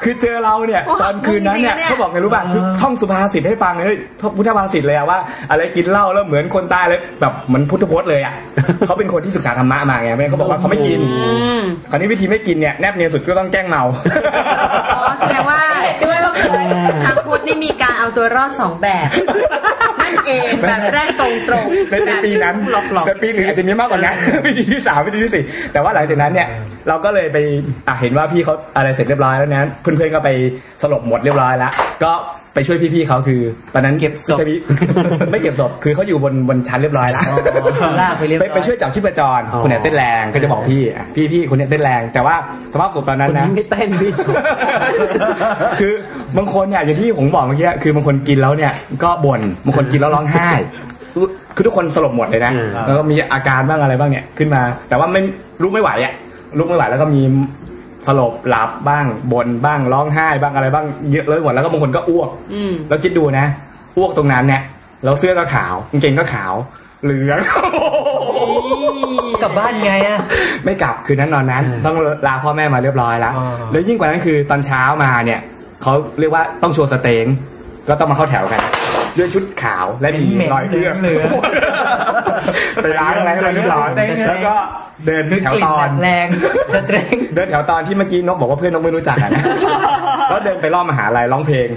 คือเจอเราเนี่ย โอ้โห ตอนคืนนั้นเนี่ย จริงๆเนี่ย เขาบอกไงรู้ป่ะคือท่องสุภาษิตให้ฟังเลยท่องพุทธภาษิตเลยอะว่า อะไรกินเหล้าแล้วเหมือนคนตายเลยแบบเหมือนพุทธพจน์ เลยอะ เขาเป็นคนที่ศึกษาธรรมะมาไงเพราะฉะนั้นเขาบอกว่าเขาไม่กิน อืม คราวนี้วิธีไม่กินเนี่ยแนบเนียนสุดก็ต้องแกล้งเมา อ๋อแสดงว่าด้วยว่าทางพุทธนี่มีการเอาตัวรอดสองแบบนั่นเองแบบแรกตรงตรงๆ ในในปีนั้น แบบหลอกหลอก แต่ปีหนึ่งอาจจะมีมากกว่านั้น วิธีที่สามวิธีที่สี่แต่ว่าหลังจากนั้นเนี่ย เราก็เลยไปอ่ะเห็นว่าพี่เขาอะไรเสร็จเรียบร้อยแล้วนะเพื่อนๆก็ไปสลบหมดเรียบร้อยแล้วก็ไปช่วยพี่ๆเขาคือ ตอนนั้นเก็บศพ ไม่เก็บศพคือเขาอยู่บนบนชั้นเรียบร้อยแล้ว ลากไปเรียบ ไป ร้อย ไปช่วยจับชีพจร อ๋อ คนไหนเต้นแรงก็จะบอกพี่อ่ะพี่พี่คนเนี้ยเต้นแรง แต่ว่าสภาพศพตอน ค นั้น นนี้ นะ ไม่เต้นดิ คือบางคนเนี่ยอย่างที่ผมบอกเมื่อกี้คือบางคนกินแล้วเนี่ยก็บ่นบางคนกินแล้วร้องไห้ คือทุกคนสลบหมดเลยนะ อืม แล้วก็มีอาการบ้างอะไรบ้างเนี่ยขึ้นมา แต่ว่าไม่ลุกไม่ไหวอ่ะลุกไม่ไหวแล้วก็มีสลบหลับบ้างบ่นบ้างร้องไห้บ้างอะไรบ้างเยอะเลยหมดแล้วก็บางคนก็อ้วก อืม แล้วคิดดูนะอ้วกตรงนั้นเนี่ยแล้วเสื้อก็ขาวกางเกงก็ขาว เหลือง โอ้โห กลับบ้านไงอ่ะ ไม่กลับคืนนั้นนอนนั้นต้องลาพ่อแม่มาเรียบร้อยแล้ว อ่า แล้วยิ่งกว่านั้นคือตอนเช้ามาเนี่ยเขาเรียกว่าต้องโชว์สเต็งก็ต้องมาเข้าแถวกันด้วยชุดขาวและมี เหม็นๆ รอยเลือด เหลือง ไปล้างอะไรให้มันเรียบร้อย สเต็งเนี่ย แล้วก็เดิน คือก แถว ลิ่น ตอน แรงสเตรง เดินแถวตอนที่เมื่อกี้นกบอกว่าเพื่อนนกไม่รู้จักอะนะ แล้วเดินไปรอบมหาลัยร้องเพลง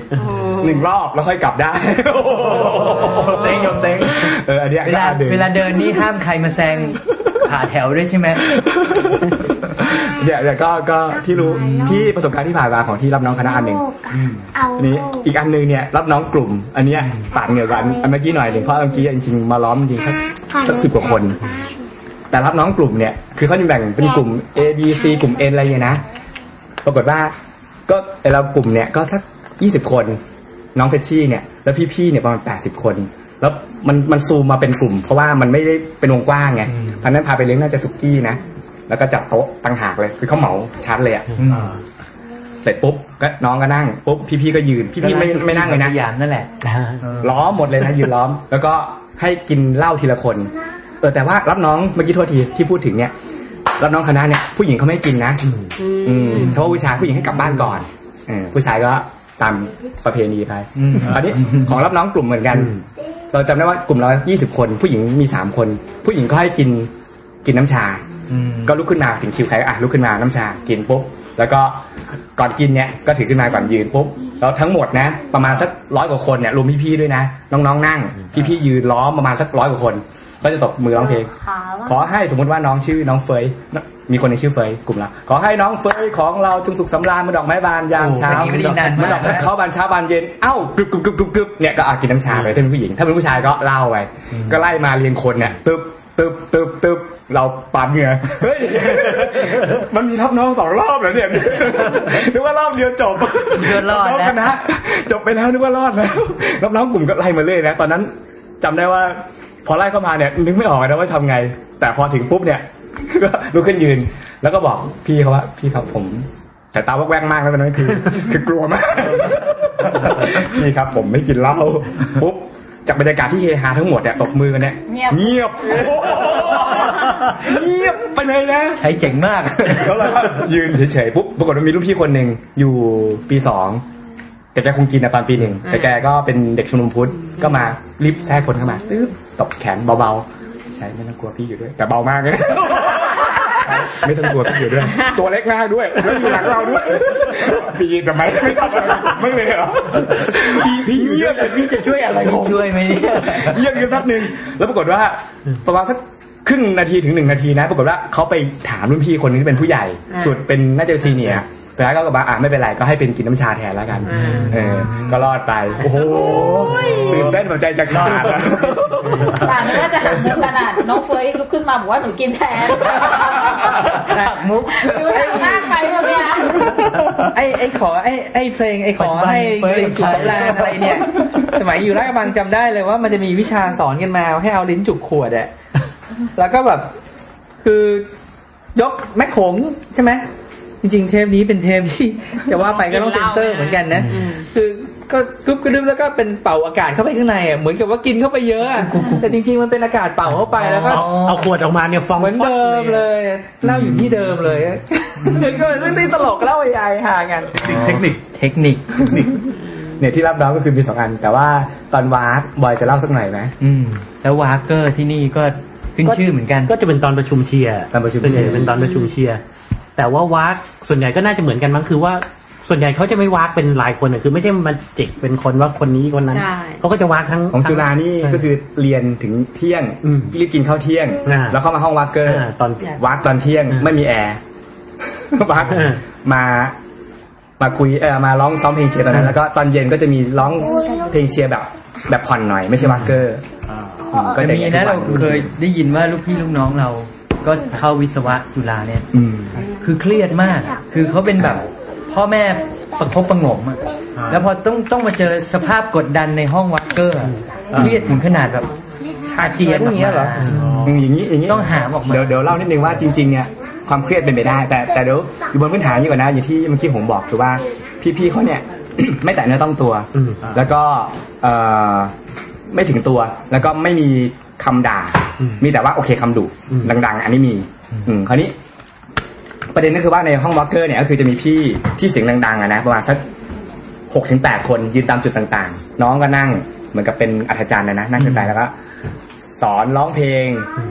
หนึ่งรอบแล้วค่อยกลับได้ โยมเต็งโยมเต็ง เอออันเนี้ย เวลา ก็อันหนึ่ง เวลาเดินนี่ห้ามใครมาแซงขาแถวด้วยใช่ไหม เนี่ยเนี่ยก็ก็ที่รู้ที่ประสบการณ์ที่ผ่านมาของที่รับน้องคณะอันหนึ่ง เอา อันนี้อีกอันหนึ่งเนี่ยรับน้องกลุ่ม อันเนี้ยต่างเหนือกันอันเมื่อกี้หน่อยหนึ่งเพราะเมื่อกี้จริงๆมาล้อมจริงๆสักสักสิบกว่าคน แต่รับน้องกลุ่มเนี่ยคือเขาจะแบ่งเป็นกลุ่ม A B C กลุ่ม N อะไรเงี้ยนะ ปรากฏว่าก็ไอ้เรากลุ่มเนี่ยก็สักยี่สิบคน น้องเฟชชี่เนี่ยแล้วพี่ๆเนี่ยประมาณแปดสิบคน แล้วมันมันซูมมาเป็นกลุ่ม เพราะว่ามันไม่ได้เป็นวงกว้างไงพันนั้นพาไปเลี้ยงน่าจะสุกี้นะ แล้วก็จับโต๊ะตั้งหากเลย คือเขาเหมาชั้นเลยอะเสร็จปุ๊บก็น้องก็นั่งปุ๊บพี่ๆก็ยืนพี่ๆไม่ไม่นั่งเลยนะ สยามนั่นแหละ ล้อมหมดเลยนะยื นล้อม แล้วก็ให้กินเหล้าทีละคน เออแต่ว่ารับน้องเมื่อกี้โทษทีที่พูดถึงเนี่ย รับน้องคณะเนี่ยผู้หญิงเขาไม่ให้กินนะ อืมเพราะว่าผู้ชายผู้หญิงให้กลับบ้านก่อนเออผู้ชายก็ตามประเพณีไป อืม คราวนี้ของรับน้องกลุ่มเหมือนกัน เราจำได้ว่ากลุ่มเรา 20 คน ผู้หญิงมีสามคน ผู้หญิงก็ให้กินกินน้ำชา ก็ลุกขึ้นมาถึงคิวใครก็อ่ะลุกขึ้นมาน้ำชากินปุ๊บแล้วก็ก่อนกินเนี่ยก็ถือขึ้นมาก่อนยืนปุ๊บแล้วทั้งหมดนะ ประมาณสักร้อยกว่าคนเนี่ยรวมพี่ๆด้วยนะ น้องๆนั่งพี่ๆยืนล้อมประมาณสักร้อยกว่าคน ก็จะตบมือร้องเพลง ขา ขอให้สมมติว่าน้องชื่อน้องเฟยนมีคนในชื่อเฟยกลุ่มเราขอให้น้องเฟยของเราจงสุขสำราญมาดอกไม้บานยามเช้า โอ้เป็นอีกนานมาก มาดอกเขาบานเช้าบานเย็นเอ้ากรึบกรึบกรึบกรึบกรึบเนี่ยก็อากินน้ำชาไปถ้าเป็นผู้หญิงถ้าเป็นผู้ชายก็เหล่าไปก็ไล่มาเรียงคนเนี่ยตึบตึบตึบตึบเราปาดเหงื่อเฮ้ยมันมีรับน้องสองรอบเหรอเนี่ยนึกว่ารอบเดียวจบ เดี๋ยวรอดแล้ว น้งคณะ จบไปแล้วนึกว่ารอดแล้ว รับน้องกลุ่มก็ไล่มาเรื่อยนะตอนนั้น จำได้ว่าพอไล่เข้ามาเนี่ยนึกไม่ออกนะว่าทำไง แต่พอถึงปุ๊บเนี่ย ก็ลุกขึ้นยืน แล้วก็บอกพี่เขาว่าพี่ครับผมแต่ตาวักแวกมากแล้วตอนนั้นคือ คือกลัวมาก พี่ครับผมไม่กินเหล้าปุ๊บจากบรรยากาศที่เฮฮาทั้งหมดเนี่ยตบมือกันเนี่ยเงี ยบโอ้โหเงียบไปเลยนะ ใช้เจ๋งมาก แล้วเราก็ยืนเฉยๆปุ๊บปรากฏว่ามีรุ่นพี่คนหนึ่งอยู่ปีสองแต่แกคงกินนะตอนปีหนึ่งแต่แกก็เป็นเด็กชมรมพุทธก็มารีบแทรกคนเข้ามาตึ๊บตบแขนเบาๆ ใช่ไม่ต้องกลัวพี่อยู่ด้วย แต่เบามากเลย ไม่ต้องกลัวพี่อยู่ด้วย ตัวเล็กหน้ากด้วยแล้วอยู่หลังเราด้วยพี่ทำไมไม่ทำอะไรผมไม่เลยเหรอพี่พี่เงียบเลยพี่จะช่วยอะไรผม ช่วยไหมเนี่ย เยี่ยมกันแป๊บนึง แล้วปรากฏว่าประมาณสักครึ่งนาทีถึงหนึ่งนาทีนะ ปรากฏว่าเขาไปถามรุ่นพี่คนนึงที่เป็นผู้ใหญ่ อ่า สุดเป็นน่าจะซีเนียร์แต่แล้วก็บอกว่าอ่ะไม่เป็นไรก็ให้เป็นกินน้ำชาแทนแล้วกัน เออ ก็รอดไป โอ้โหตื่นเต้นหัวใจจะ ขาดอะ ต่างนึกว่าจะหักมุกขนาดน้องเฟยลุกขึ้นมาบอกว่าหนูกินแทน หักมุก ดูหักมากไปแบบเนี้ย ไอ้ไอ้ขอไอ้ไอ้เพลงไอ้ขอ ปัจจุบัน ให้ เฟ้ย กลิ่น กับ จุก ใคร สำรานอะไรเนี่ย สมัยอยู่ราชบังจำได้เลยว่ามันจะมีวิชาสอนกันมาให้เอาลิ้นจุกขวด อะแล้วก็แบบคือยกแม่โขงใช่ไหมจริงๆเทปนี้เป็นเทปที่จะว่าไปก็ต้องเซ็นเซอร์เหมือนกันนะ คือก็กรุบกระดึบแล้วก็เป็นเป่าอากาศเข้าไปข้างในอะเหมือนกับว่ากินเข้าไปเยอะอะแต่จริง ๆมันเป็นอากาศเป่าเข้าไปแล้วก็ เอาเอาขวดออกมาเนี่ยฟอง เหมือนเดิมเลยเล่าอยู่ที่เดิมเลยก็เป็นเรื่องที่ตลกเล่าไอ้ยายหากัน เทคนิค เทคนิค เนี่ยที่รับน้องก็คือมีสองอัน แต่ว่าตอนวาร์คบอยจะเล่าสักหน่อยไหม อืม แล้ววากเกอร์ที่นี่ก็ขึ้นชื่อเหมือนกัน ก็จะเป็นตอนประชุมเชียร์ ตอนประชุม ส่วนใหญ่ เชียร์ เป็นตอนประชุมเชียร์แต่ว่าวากส่วนใหญ่ก็น่าจะเหมือนกันมั้งคือว่าส่วนใหญ่เขาจะไม่วากเป็นหลายคนอะคือไม่ใช่มาจิกเป็นคนว่าคนนี้คนนั้น ใช่ เขาก็จะวากทั้ง ของจุฬานี่ก็คือเรียนถึงเที่ยง อืม รีบกินข้าวเที่ยง อ่า แล้วเข้ามาห้องวาร์คเกอร์ อ่าตอน วาร์คตอนเที่ยง อ่า ไม่มีแอร์ วาร์ค อ่า มามาคุยเออมาร้องซ้อมเพลงเชียร์ตอนนั้น อ่า แล้วก็ตอนเย็นก็จะมีร้องเพลงเชียร์แบบ แบบผ่อนหน่อยไม่ใช่วาร์คเกอร์มก็ แต่ จะ มี อย่าง นะ ทุกวั เราเคยได้ยินว่าลูกพี่ลูกน้องเรา ก็เข้าวิศวะจุฬาเนี่ย อืม คือเครียดมาก คือเขาเป็นแบบพ่อแม่ประคบประหงมอะแล้วพอต้องต้องมาเจอสภาพกดดันในห้องวักเกอร์อะเครียดถึงขนาดแบบอาเจียน พวกเนี้ยเหรอ กมา อย่างนี้อย่างนี้ ต้องหาออกมา เดี๋ยวเดี๋ยวเล่านิดนึงว่าจริงๆเนี่ยความเครียดเป็นไปได้ แต่แต่เดี๋ยวอยู่บนพื้นฐานนี้ก่อนนะอย่างที่เมื่อกี้ผมบอกคือว่าพี่ๆเขาเนี่ย ไม่แตะเนื้อต้องตัว อืม แล้วก็เอ่อไม่ถึงตัวแล้วก็ไม่มี คำด่า มีแต่ว่าโอเคคำดุดัง ๆ อันนี้มี อืมคราวนี้ ประเด็นก็คือว่าในห้องวอลเกอร์เนี่ยก็คือจะมีพี่ที่เสียงดังๆอะนะประมาณสักหกถึงแปดคนยืนตามจุดต่างๆ น้องก็นั่งเหมือนกับเป็นอัธจารย์นะนะนั่งขึ้นไปแล้วก็ สอนร้องเพลง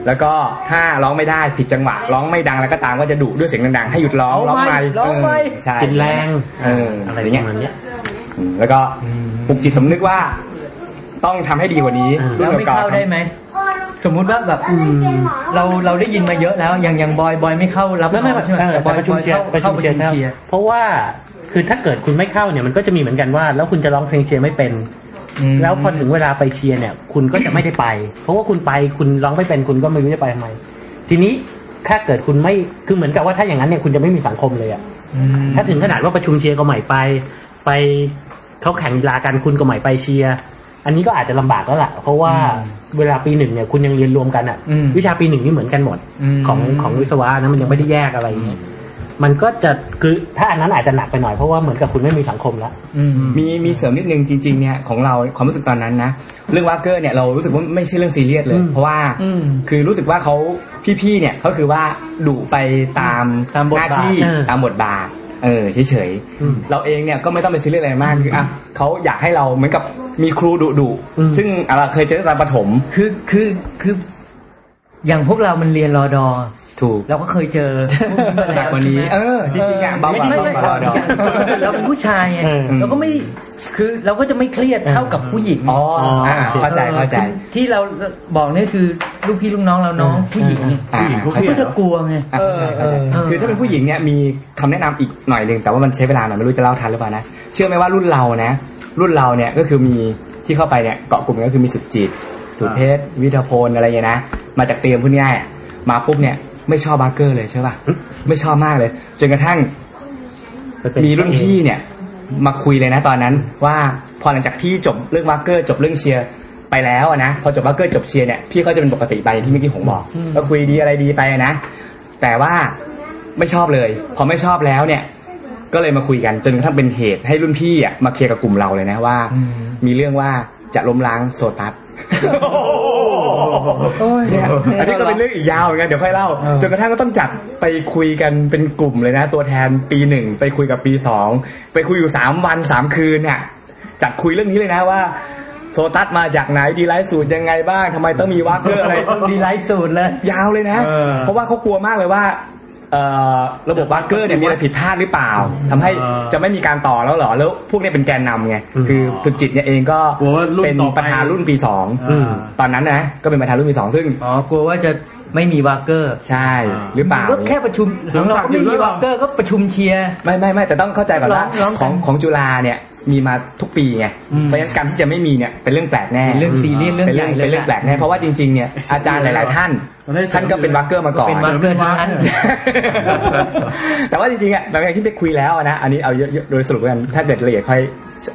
แล้วก็ถ้าร้องไม่ได้ผิดจังหวะ ร้องไม่ดังแล้วก็ตามก็จะดุด้วยเสียงดังๆให้หยุดร้องร้องไปร้องไปใช่ กินแรง เอออะ อะไรปไรระอย่างเงี้ย มาณเนี้ย อืมแล้วก็ปลุกจิตสำนึกว่าต้องทำให้ดีกว่านี้ อืม แล้วไม่ ก่าๆ เข้าได้ไหม สมมุติว่าแบบเราเราได้ยินมาเยอะแล้ว อย่างอย่างบอยบอยไม่เข้ารับ ไม่ไม่ น้ ไม่ องใช่ไหม เออ แต่บ แต่ อย ประชุม บอย เชียร์ เข้า ประชุ เข้าม ประ เชีย ชุ ร์ มเชียร์ เพราะว่าคือถ้าเกิดคุณไม่เข้าเนี่ยมันก็จะมีเหมือนกันว่า แล้วคุณจะร้องเพลงเชียร์ไม่เป็น แล้วพอถึงเวลาไปเชียร์เนี่ย คุณก็จะไม่ได้ไป เพราะว่าคุณไปคุณร้องไม่เป็นคุณก็ไม่รู้จะไปทำไมทีนี้ถ้าเกิดคุณไม่คือเหมือนกับว่าถ้าอย่างนั้นเนี่ยคุณจะไม่มีสังคมเลยอะถ้าถึงขนาดว่าประชุมเชียร์ก็ใหม่ไป ไปเขาแข่งกีฬากันคุณก็ใหม่ไปเชียร์อันนี้ก็อาจจะลำบากแล้วล่ะ เพราะว่าเวลาปีหนึ่งเนี่ยคุณยังเรียนรวมกันอะ อืม วิชาปีหนึ่งนี่เหมือนกันหมด ของของวิศวะนะมันยังไม่ได้แยกอะไรอย่างเงี้ยมันก็จะคือถ้าอันนั้นอาจจะหนักไปหน่อยเพราะว่าเหมือนกับคุณไม่มีสังคมแล้ว มีมีเสริมนิดนึงจริงๆเนี่ยของเราความรู้สึกตอนนั้นนะเรื่องวากเกอร์เนี่ยเรารู้สึกว่าไม่ใช่เรื่องซีเรียสเลย อืม เพราะว่าคือรู้สึกว่าเขาพี่ๆเนี่ยเขาคือว่าดุไปตาม ตามบท ห บาท น้าที่ตามบทบาทเออเฉยๆเราเองเนี่ยก็ไม่ต้องไปซีเรียสอะไรมากคืออ่ะเขาอยากให้เราเหมือนกับมีครูดุดุๆซึ่งอ่ะเราเคยเจอตอนประถม คือคือคือ อย่างพวกเรามันเรียนรอดอ ถูก เราก็เคยเจอพวก หนักกว่า ใช่ นี้ ไหม เออจริงๆอ่ะเบา ไม่ กว่า ไม่ไม่ เบากว่าเรา เราเป็นผู้ชายไง เออ เราก็ไม่คือเราก็จะไม่เครียดเท่ากับผู้หญิง อ๋ออ่าเข้าใจเข้าใจ ที่เราบอกนี่คือลูกพี่ลูกน้องเราน้องผู้หญิง อ่า เขา เข้าใจ ก็จะกลัวไง อ่าเข้าใจเข้าใจ เออ คือถ้าเป็นผู้หญิงเนี่ยมีคำแนะนำอีกหน่อยหนึ่งแต่ว่ามันใช้เวลาหน่อยไม่รู้จะเล่าทันหรือเปล่านะเชื่อไหมว่ารุ่นเรานะ รุ่นเราเนี่ยก็คือมีที่เข้าไปเนี่ยเกาะกลุ่มก็คือมีสุดจิต สุดเพชรวิทยาพลอะไรเงี้ยนะมาจากเตรียมพูดง่ายๆอ่ะมาปุ๊บเนี่ยไม่ชอบบาร์เกอร์เลยใช่ป่ะไม่ชอบมากเลย จนกระทั่ง ไปเป็ มีรุ่นพี่เนี่ยมาคุยเลยนะตอนนั้น ว่าพอหลังจากพี่จบเรื่องวากเกอร์จบเรื่องเชียร์ไปแล้วอะนะพอจบวากเกอร์จบเชียร์เนี่ยพี่เขาจะเป็นปกติไปอย่างที่เมื่อกี้ผมบอกก็คุยดีอะไรดีไปนะ แต่ว่าไม่ชอบเลย พอไม่ชอบแล้วเนี่ย ก็เลยมาคุยกันจนกระทั่งเป็นเหตุให้รุ่นพี่อ่ะมาเคลียร์กับกลุ่มเราเลยนะว่า มีเรื่องว่าจะล้มล้างโซตัสเนี่ยอันนี้ก็เป็นเรื่องอีกยาวเหมือนกันเดี๋ยวค่อยเล่าจนกระทั่งก็ต้องจัดไปคุยกันเป็นกลุ่มเลยนะ ตัวแทนปีหนึ่งไปคุยกับปีสองไปคุยอยู่สามวันสามคืนเนี่ยจัดคุยเรื่องนี้เลยนะว่า โซตัสมาจากไหนดีไลท์สูตรยังไงบ้างทำไมต้องมีวักเกอร์อะไร ดีไลท์สูตรเลย ยาวเลยนะ เออ เพราะว่าเขากลัวมากเลยว่าเอ่อระบบบัคเกอร์เนี่ยมีอะไรผิดพลาดหรือเปล่าทำให้จะไม่มีการต่อแล้วเหรอ แล้วพวกเนี่ยเป็นแกนนำไง คือสุจิตเนี่ยเองก็ กลัวว่ารุ่น เป็น ต่อไป ประธานรุ่นปีสอง อ่า ตอนนั้นนะ ก็เป็นประธานรุ่นปีสองซึ่ง อ๋อกลัวว่าจะไม่มีวากเกอร์ ใช่หรือเปล่า ก็แค่ประชุม สมศั เรา กดิ์ ก็ไม่ อยู่ด้ว มี ยเหรอ วากเกอร์ก็ประชุมเชียร์ ไม่ไม่ไม่แต่ต้องเข้าใจก่อนว่า ร้องร้องกัน ของของจุฬาเนี่ยมีมาทุกปีไง อืม เพราะฉะนั้นการที่จะไม่มีเนี่ยเป็นเรื่องแปลกแน่ เป็นเรื่องซีเรียสเรื่อง เป็น ใหญ่เลเรื่องย เป็นเรื่องแปลกแน่เพราะว่าจริงๆเนี่ยอาจารย์หลาย ๆ ท่าน ท่านก็เป็นวักเกอร์มาก่อน เป็นวากเกอร์ทั้งนั้น แต่ว่าจริงๆอ่ะหลังจากที่ไปคุยแล้วอะนะ อันนี้เอาเยอะๆโดยสรุปแล้วกัน ถ้าเกิดละเอียดค่อย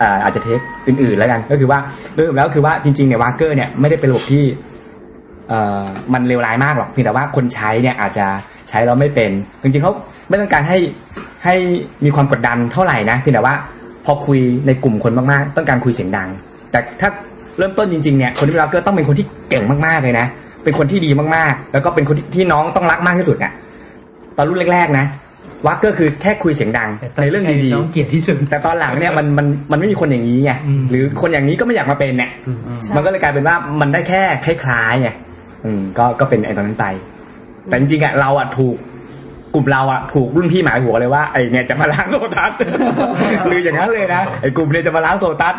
อ่าอาจจะเทคอื่นๆแล้วกัน ก็คือว่าโดยสรุปแล้วคือว่าจริงๆเนี่ยวากเกอร์เนี่ยไม่ได้เป็นระบบที่เอ่อมันเลวร้ายมากหรอกเพียงแต่ว่าคนใช้เนี่ยอาจจะใช้แล้วไม่เป็น จริงๆเขาไม่ต้องการให้ให้มีความกดดันเท่าไหร่นะเพียงแต่ว่าพอคุยในกลุ่มคนมากๆ ต้องการคุยเสียงดัง แต่ถ้าเริ่มต้นจริงๆเนี่ยคนที่เป็นวากเกอร์ต้องเป็นคนที่เก่งมากๆเลยนะ เป็นคนที่ดีมากๆ แล้วก็เป็นคนที่ที่น้องต้องรักมากที่สุดอ่ะ ตอนรุ่นแรกๆนะวักก็คือแค่คุยเสียงดัง แต่ตอ ในเรื่องดี น้องเกลียดที่สุด ๆ แต่ตอนหลังเนี่ยมันมันมันไม่มีคนอย่างนี้ไง อืม หรือคนอย่างนี้ก็ไม่อยากมาเป็นเนี่ยมันก็เลยกลายเป็นว่ามันได้แค่คล้ายๆไงอืมก็ก็เป็นไอ้ตอนนั้นไป แต่จริงๆอ่ะเราอ่ะถูกกลุ่มเราอ่ะถูกรุ่นพี่หมายหัวเลยว่าไอ้เนี่ยจะมาล้างโซตั ส หรืออย่างนั้นเลยนะไอ้กลุ่มเนี่ยจะมาล้างโซตัส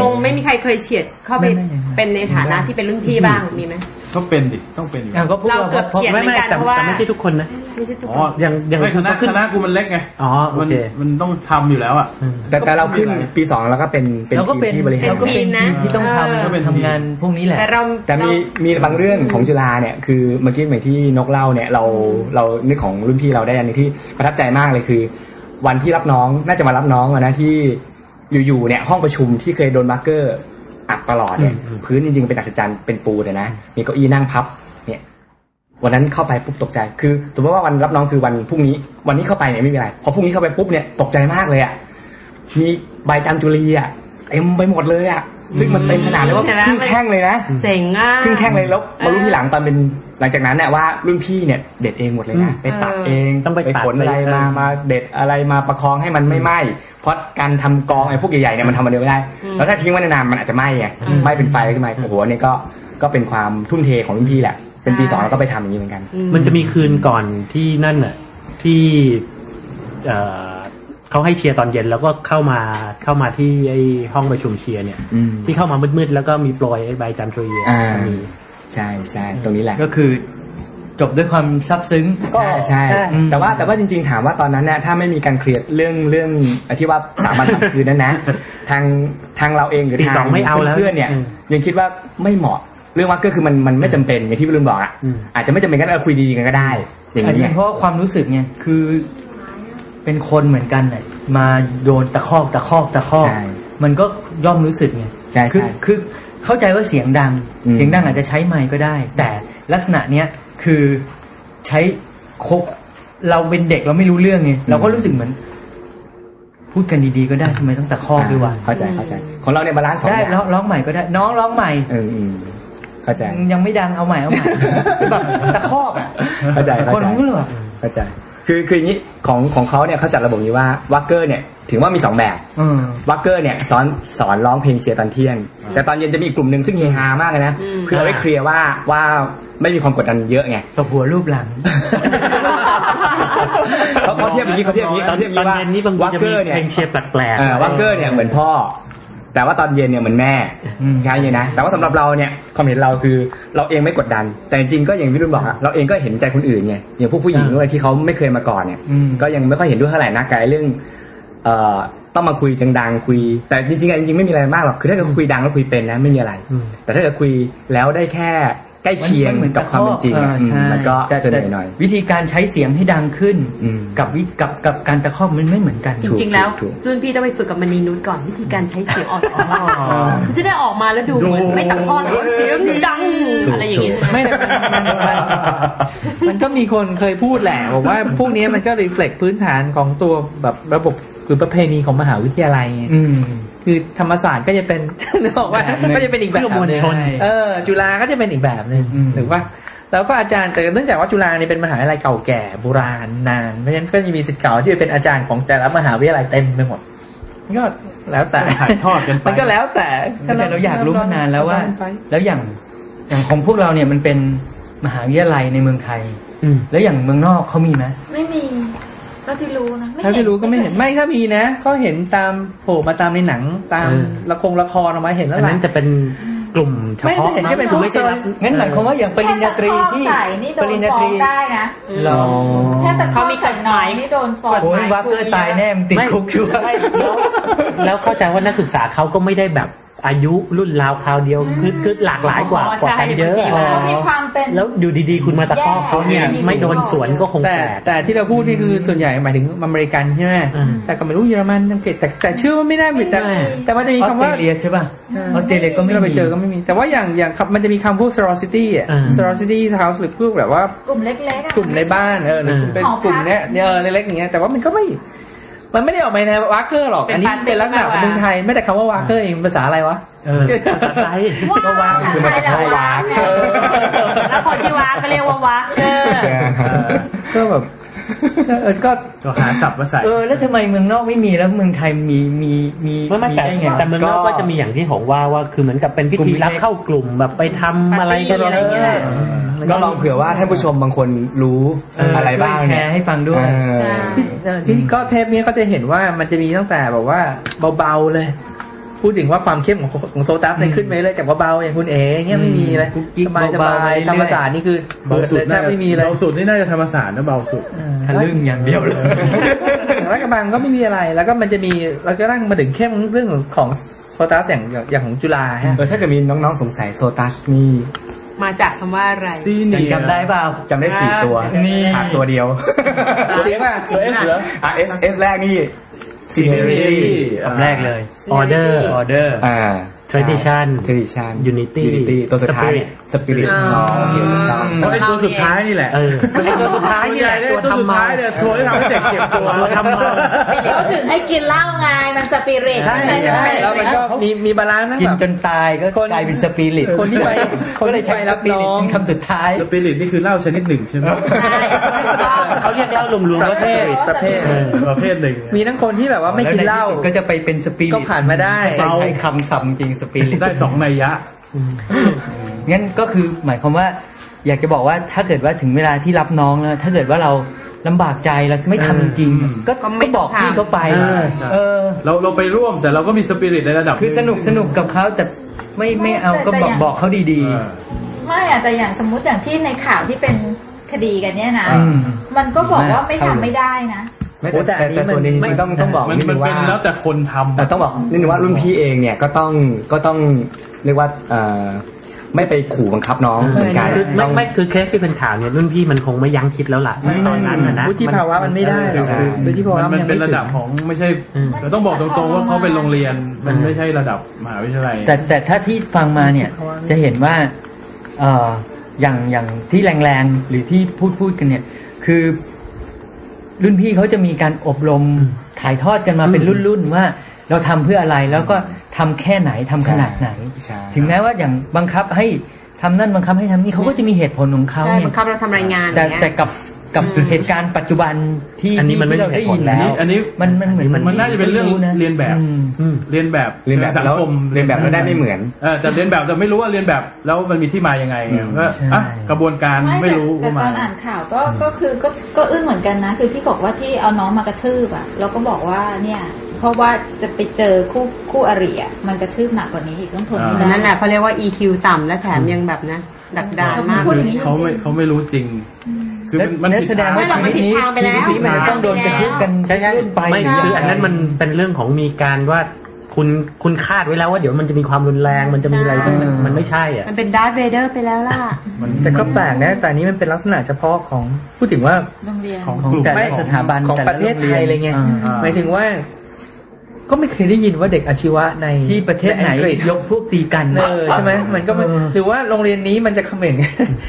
วงไม่มีใครเคยเฉียดเข้าไปเป็นในฐานะที่เป็นรุ่นพี่บ้างมีไหม ก็เป็นดิต้องเป็นอยู่ อ่ะก็พวก เรา เรา เกือบเฉียด ไม่ไม่แต่ เพราะว่า แต่ไม่ใช่ทุกคนนะ ไม่ใช่ทุก อ๋ ค อน อย่างอย่าง ไม่คณะ ขึ้น คณะกูมันเล็กไง อ๋อโอ มัน เค มันต้องทำอยู่แล้วอ่ะ แต่แต่เราขึ้นปีสองแล้วก็เป็นเป็น เราก็เป็นทีมที่บริหาร เราก็เป็น เป็นทีมนะ ทีมที่ต้อง เออ ทำทำงานพวกนี้แหละ แต่เรา แต่มีมีบางเรื่องของจุฬาเนี่ยคือเมื่อกี้เหมือนที่นกเล่าเนี่ยเราเรานึกของรุ่นพี่เราได้อันหนึงที่ประทับใจมากเลยคือ วันที่รับน้องน่าจะมารับน้องอะนะที่อยู่ๆเนี่ยห้องประชุมที่เคยโดนมาร์กเกอร์อัดตลอดเนี่ยพื้นจริงๆเป็นอัดจารย์เป็นปูเลยนะมีเก้าอี้นั่งพับเนี่ยวันนั้นเข้าไปปุ๊บตกใจ คือสมมติว่าวันรับน้องคือวันพรุ่งนี้ วันนี้เข้าไปเนี่ยไม่มีอะไรพอพรุ่งนี้เข้าไปปุ๊บเนี่ยตกใจมากเลยอะ มีใบจามจุลีอ่ะเต็มไปหมดเลยอ่ะ ซึ่งมันเต็มขนาดเลยว่า เห็นไหม ครึ่งแข้งเลยนะ เจ๋งอ่ะ ครึ่งแท่งเลยแล้วมารู้ทีหลังตอนเป็นหลังจากนั้นเนี่ยว่ารุ่นพี่เนี่ยเด็ดเองหมดเลยนะไปตัดเอง ต้องไปตัด ขนอะไร ไปเออ มามาเด็ดอะไรมาประคองให้มันไม่ไหม้เพราะการทำกองไอ้พวกใหญ่ๆเนี่ยมันทำมันเดียวไม่ได้ แล้วถ้าทิ้งไว้นานๆมันอาจจะไหม้ไงไหม้เป็นไฟขึ้นมาโอ้โหเนี่ยก็ก็เป็นความทุ่มเทของรุ่นพี่แหละ เป็นปีสองแล้วก็ไปทำอย่างนี้เหมือนกัน มันจะมีคืนก่อนที่นั่นน่ะที่เอ่อเขาให้เชียร์ตอนเย็นแล้วก็เข้ามาเข้ามาที่ไอ้ห้องประชุมเชียร์เนี่ย อืม ที่เข้ามามืดๆแล้วก็มีโปรยไอ้ใบจันทร์ทรีเย อ่า มี ใช่ใช่ตรงนี้แหละ ก็คือจบด้วยความซับซึ้ง ใช่ใช่ ใช่ แต่ว่าแต่ว่าจริงๆถามว่าตอนนั้นเนี่ยถ้าไม่มีการเคลียร์เรื่องเรื่องที่ว่าสามวันสามคืนนั้นนะ ทางทางเราเองหรือ ตี ทาง สองไม่เอาแล้ว เพื่อนๆเนี่ย อืม ยังคิดว่าไม่เหมาะเรื่องว่าก็คือมันมันไม่จำเป็นอย่างที่พี่ลุงบอกอ่ะ อืม อาจจะไม่จำเป็นก็ได้เอาคุยดีๆกันก็ได้ อย่าง อาจ นี้ จะ ไง เป็นเพราะความรู้สึกไงคือ เป็นคนเหมือนกันน่ะมาโดนตะคอกตะคอกตะคอก ใช่ มันก็ย่อมรู้สึกไง ใช่ใช่ คือคือเข้าใจว่าเสียงดัง อืม เสียงดังอาจจะใช้ไมค์ก็ได้ แต่ลักษณะเนี้ยคือใช้คบเราเป็นเด็กเราไม่รู้เรื่องไงเราก็รู้สึกเหมือน พูดกันดีๆก็ได้ทำไมต้องตะคอกด้วยวะ เข้าใจเข้าใจ ของเราเนี่ยบาลานซ์สอง ได้ อย่าง ร้องร้องใหม่ก็ได้ น้องร้องใหม่ เอออืมเข้าใจ ยังไม่ดังเอาใหม่ เอาใหม่แบบตะคอกอ่ะ เข้าใจเข้าใจ คนรู้เลยว่ะ เข้าใจ คือคืออย่างนี้ของของเขาเนี่ยเขาจัดระบบนี้ว่าวักเกอร์เนี่ยถือว่ามีสองแบบ อืม วักเกอร์เนี่ยสอนสอนร้องเพลงเชียร์ตอนเที่ยง แต่ตอนเย็นจะมีอีกกลุ่มหนึ่งซึ่งเฮฮามากเลยนะ อืม คือเอาไว้เคลียร์ว่าว่าไม่มีความกดดันเย อะไง ตบหัวรูปหลัง เขาเขาเทียบอย่างนี้เขาเทียบอย่างนี้ ตอ เขา น เทียบอย่า ต ง อน นี้ว่า เย็นนี่บางที วัก จะ เก มี อร์เนี่ย เพลงเชียร์แปลก เออวักเกอร์เนี่ยเหมือนพ่อ แต่ว่าตอนเย็นเนี่ยเหมือนแม่ อืม แค่นี้นะแต่ว่าสำหรับเราเนี่ยความเห็นเราคือเราเองไม่กดดัน แต่จริงๆก็อย่างที่รุ่นบอกอะเราเองก็เห็นใจคนอื่นไงอย่างพวกผู้หญิงด้วยที่เขาไม่เคยมาก่อนเนี่ย อืม ก็ยังไม่ค่อยเห็นด้วยเท่าไหร่นะกับไอ้เรื่องเอ่อต้องมาคุยดังๆคุย แต่จริงๆอะจริงๆไม่มีอะไรมากหรอกคือถ้าเกิดคุยดังแล้วคุยเป็นนะไม่มีอะไร แต่ถ้าเกิดคุยแล้วได้แค่ใกล้เคียงกับความเป็นจริง อ อะ อ อืม ใช่ มันก็ แต่ จะเหนื่อยหน่อย แต่วิธีการใช้เสียงให้ดังขึ้น อืม กับวิกับกับการตะคอกมันไม่เหมือนกัน จ ถูก ริงๆ แล้ว ถูก รุ่นพี่ต้องไปฝึกกับมณีนุชก่อนวิธีการใช้เสียงออกจากตะคอก อ๋อ มันจะได้ออกมาแล้วดูเหมือนไม่ตะคอกแต่ว่าเสียงดังอะไรอย่างเงี้ย ไม่แต่มันมันมันมันก็มีคนเคยพูดแหละบอกว่าพวกนี้มันก็รีเฟล็กพื้นฐานของตัวแบบระบบคือประเพณีของมหาวิทยาลัยไง อืม คือธรรมศาสตร์ก็จะเป็น นึกออกว่า แบบหนึ่ง ก็จะเป็นอีกแบบ เพื่อมวลชน หงเออ จุฬาก็จะเป็นอีกแบบหนึ่ง อืม หรือว่าแล้วก็อาจารย์แต่เนื่องจากว่าจุฬาเนี่ยเป็นมหาวิทยาลัยเก่าแก่โบราณนานเพราะฉะนั้นก็จะมีสิทธิ์เก่าที่เป็นอาจารย์ของแต่ละมหาวิทยาลัยเต็มไปหมดก็แล้วแต่ ถ่ายทอดกันไป มันก็แล้วแต่ แต่เราอยากรู้มานานแล้วว่า ไป แล้วอย่างอย่างของพวกเราเนี่ยมันเป็นมหาวิทยาลัยในเมืองไทย อืม แล้วอย่างเมืองนอกเขามีไหม ไม่มีเท่าที่รู้นะ เท่าที่รู้ก็ไม่เห็นไม่ถ้ามีนะ ก็เห็นตามโผล่มาตามในหนังตาม เออ ละครละครออกมาเห็นแล้ อั วน แห นั้ ละ นจะเป็นกลุ่มเฉพาะ ไม่ได้เห็นแค่เป็น คื ผู้ อไม่ใช่รับ งั้นหมายความว่าอย่างปริญญาตรีที่ แค่ตะคอกใส่นี่โด ป น ริญญา ฟ้อ ต ง รี ได้นะ หรอ แค่ตะคอกใส่หน่อยนี่โดนฟ้อง โอ้ยวักเกอร์ตายแน่มงติด ไม่ คุกชัวร์ ไม่แล้วแล้วเข้าใจว่านักศึกษาเขาก็ไม่ได้แบบอายุรุ่นราวคราวเดียวคือคือหลากหลายกว่ากว่ากันเยอะ เขามีความเป็น แล้วอยู่ดีๆ คุณมาตะคอกเขาเนี่ย แย่ ไม่โดนสวนก็คง แต่ แปลก แต่ที่เราพูดนี่คือส่วนใหญ่หมายถึงอเมริกันใช่ไหม อืม แต่ก็ไม่รู้เยอรมันอังกฤษแต่แต่เชื่อว่าไม่ได้มีแต่ ไม่ แต่มันจะ อ มี อส คำ เตร ว่า เลียใช่ป่ะออสเตรเลียก็ไม่ ที่เราไป มี เจอก็ไม่มี แต่ว่าอย่างอย่างคำมันจะมีคำพวก sorority อ่ะ อืม sorority house หรือพวกแบบว่าก ลุ่มเล็กๆอะ กลุ่มในบ้านเออหรือ อืม เป็น หอพัก กลุ่มเนี้ยเนี่ยเออเล็กๆอย่างเงี้ยแต่ว่ามันก็ไม่ มันไม่ได้ออกมาในวากเกอร์หรอกอันนี้เป็นลักษณะของเมืองไทยไม่แต่คำว่าวากเกอร์เองภาษาอะไรวะ เออภาษาไทย ก็ว่า คือมันจะเข้าวัก แล้วคนที่ว้าก็เรียกว่าว้าเกอร์ ก็แบบเออก็ ก็หาสับมาใส่ เออแล้วทำไมเมืองนอกไม่มีแล้วเมืองไทยมีมีมี ไม่ไม่แต่ ได้ไง แต่เมืองนอก ก็ ก็จะมีอย่างที่ของว่าว่าคือเหมือนกับเป็นพิ กลุ่ ธี มเล็ก รับเข้ากลุ่มแบบไปทำอะไรกัน ปาร์ตี้อะไรอย่างเงี้ย ออ ก็ลองเผื่อว่าท่านผู้ชมบางคนรู้ เอออะ อะไรบ้าง แช เนี่ย ร์ให้ฟังด้วย เออ ใช่ เออที่ก็เทปนี้ก็จะเห็นว่ามันจะมีตั้งแต่แบบว่าเบาๆเลย พูดถึงว่าความเข้มของของโซตัสเนี่ยขึ้นไปเลยจากเบาๆอย่างคุณเอ๋อย่างเงี้ยไม่มีเลย กุ๊กกิ๊ก สบายส เบาๆ บาย เรื่อยๆ ธรรมศาสตร์นี่คือ เบา เปิด สุ เล ด ยแท น่า บไม่มีเลย เบาสุดนี่น่าจะธรรมศาสตร์นะเบาสุด เออ ทะลึ่งอย่างเดียวเลย แล้วกระบังก็ไม่มีอะไรแล้วก็มันจะมีเราก็นั่งมาถึงเข้มเรื่องของของโซตัสอย่างอย่างอย่างของจุฬาฮะ เออถ้าเกิดมีน้องๆสงสัยโซตัสนี่ มาจากคำว่าอะไร ซีเนี ยัง ย จำได้เปล่า จำได้สี่ตัว นี่ ขาดตัวเดียว เสียงอ่ะ เอสเหรอ อ่ะ S S แรกนี่ซีเรี ซี ย รี ส ส์ คำแรกเลย order order อ่า tradition เทดิชัน Unity ตัวสุดท้ายเนี่ยสปิริต อ่า อ๋อโอเคครับ เพราะไอ้ตัวสุดท้ายนี่แหละ เออไอ้ตัวสุดท้าย ส่วน เนี่ ให ย ญ่ไอ้ตัวตัวสุดท้ายทำเมาเนี่ยตัวที่ทำให้เด็กเจ็บตัว ตัวทำเมา เขาถึงให้กินเหล้าไงมันสปิริต ใช่ มันเป็นสปิริต แล้วมันก็มีมีบาลานซ์นะ กิน แบบ จนตายก็กลายเป็นสปิริต คนที่ไปคนที่ไป ก็เลยใช้ รั ส บ ปิ น้ ริต อง เป็นคำสุดท้าย สปิริตนี่คือเหล้าชนิดหนึ่งใช่ไหม ใช่ถูกต้อง เขาเรียกเหล้ารวมปๆว่า ระเภทประเภท เออ ประเภทหนึ่งอะ มีทั้งคนที่แบบว่าไม่กินเหล้า แวใที่สุดก็จะไปเป็นสปิริต ก็ผ่านมาได้ ใช้ใช้คำซ้ำจริงสปิริต ได้สองนัยยะ งั้นก็คือหมายความว่า อยากจะบอกว่าถ้าเกิดว่าถึงเวลาที่รับน้องแล้วถ้าเกิดว่าเราลำบากใจเราไม่ทำจริง อืม ๆก็ ก็ ก็ ไม่ บอก ทำ พี่เขาไป เออ เออ เราเราไปร่วมแต่เราก็มีสปิริตในระดับ คือสนุกสนุกกับเขาแต่ไม่ไม่เอาก็บอกบอกเขาดี เออ ไม่อะแต่อย่างสมมติอย่างที่ในข่าวที่เป็นคดีกันเนี่ยนะ ๆอืม มันก็บอกว่าไม่ทำไม่ได้นะ ไม่แต่แต่แต่ส่วนนี้จริงๆต้องต้องบอก มัน นิด มั นึ น ง เป็ ว่าน แล้วแต่คนทำ แต่ต้องบอกนิดนึงว่ารุ่นพี่เองเนี่ยก็ต้องก็ต้องเรียกว่าเอ่อไม่ไปขู่บังคับน้องเหมือนกัน คือไม่ ต้อง ไม่คือเคสที่เป็นข่าวเนี่ยรุ่นพี่มันคงไม่ยั้งคิดแล้วล่ะตอนนั้นน่ะนะ วุฒิภาวะมันไม่ได้หรอก ใช่ คือวุฒิภาวะ มัน ยัง เป็น ไม่ ระ ถึ ดับ ง ของไม่ใช่ อืม เราต้องบอกตรงๆว่าเขาเป็นโรงเรียนมันไม่ใช่ระดับมหาวิทยาลัย แต่แต่ถ้าที่ฟังมาเนี่ยจะเห็นว่าเอออย่างอย่างที่แรงๆ หรือที่พูดพูดกันเนี่ย คือ รุ่นพี่เขาจะมีการอบรมถ่ายทอดกันมาเป็นรุ่นๆว่า เราทำเพื่ออะไรแล้วก็ทำแค่ไหนทำขนาดไหน ใช่ ถึงแม้ว่าอย่างบังคับให้ทำนั่นบังคับให้ทำนี่เขาก็จะมีเหตุผลของเขา ใช่ เนี่ บั ย งคับเราทำรายงานอ แต่ ย่างเงี้ย แต่กับกับ อืม เหตุการณ์ปัจจุบันที่ อันนี้มันไม่ ที่เราได้ยิน มีเหตุผลแล้ว อันนี้ มันมันเหมือน มันน่าจะเป็นเรื่องเรียนแบบ อืม อืม เรียนแบบ เรียนแบชิบงสัง แล้ว คม เรียนแบบแล้วได้ไม่เหมือน เออแต่เรียนแบบแต่ไม่รู้ว่าเรียนแบบแล้วมันมีที่มายังไงไงก็ ใช่ อ่ะกระบวนการไม่รู้ แต่ ว่า ต มา อนอ่านข่าวก็ก็คือก็ก็อึ้งเหมือนกันนะ คือที่บอกว่าที่เอาน้องมากระทืบอ่ะแล้วก็บอกว่าเนี่ยเพราะว่าจะไปเจอคู่คู่อริอ่ะมันกระทืบหนักกว่านี้อีกต้องทนไม่ได้ นั่นแหละเขาเรียกว่า EQ ต่ำและแถมยังแบบนะ ดักดานมาก พูดอย่างนี้จ เขา ริ ไม่ ง เขาไม่รู้จริง คือ แล้ว มัน แล้ว ผิ แสดงว่า ทาง ชีวิตนี้ ไม่ ชี หรอกมันผิดทางไปแล้ว วิตนี้มันจะต้องโดนกระทืบกัน ใช่ใช่ รุ่นไป ไม่ ใช่ คืออันนั้นมันเป็นเรื่องของมีการว่าคุณคุณคาดไว้แล้วว่าเดี๋ยวมันจะมีความรุนแรงมันจะมีอะไรซึ่งมันมันไม่ใช่อ่ะ มันเป็นดาร์ธเวเดอร์ไปแล้วล่ะ มัน แต่ก็แปลกนะ แต่อันนี้มันเป็นลักษณะเฉพาะของพูดถึงว่า ๆโรงเรียน ของ ของ กลุ่ม แต่ละ ของ สถาบัน ของ แต่ ประเทศไทยอะไรเงี้ย า อ่า หมายถึงว่า ก็ไม่เคยได้ยินว่าเด็กอาชีวะใน ที่ประเทศไหน ใอังกฤษ ยกพวกตีกัน เออใช่ไหมมันก็มัน เออ หรือว่าโรงเรียนนี้มันจะเขม่ง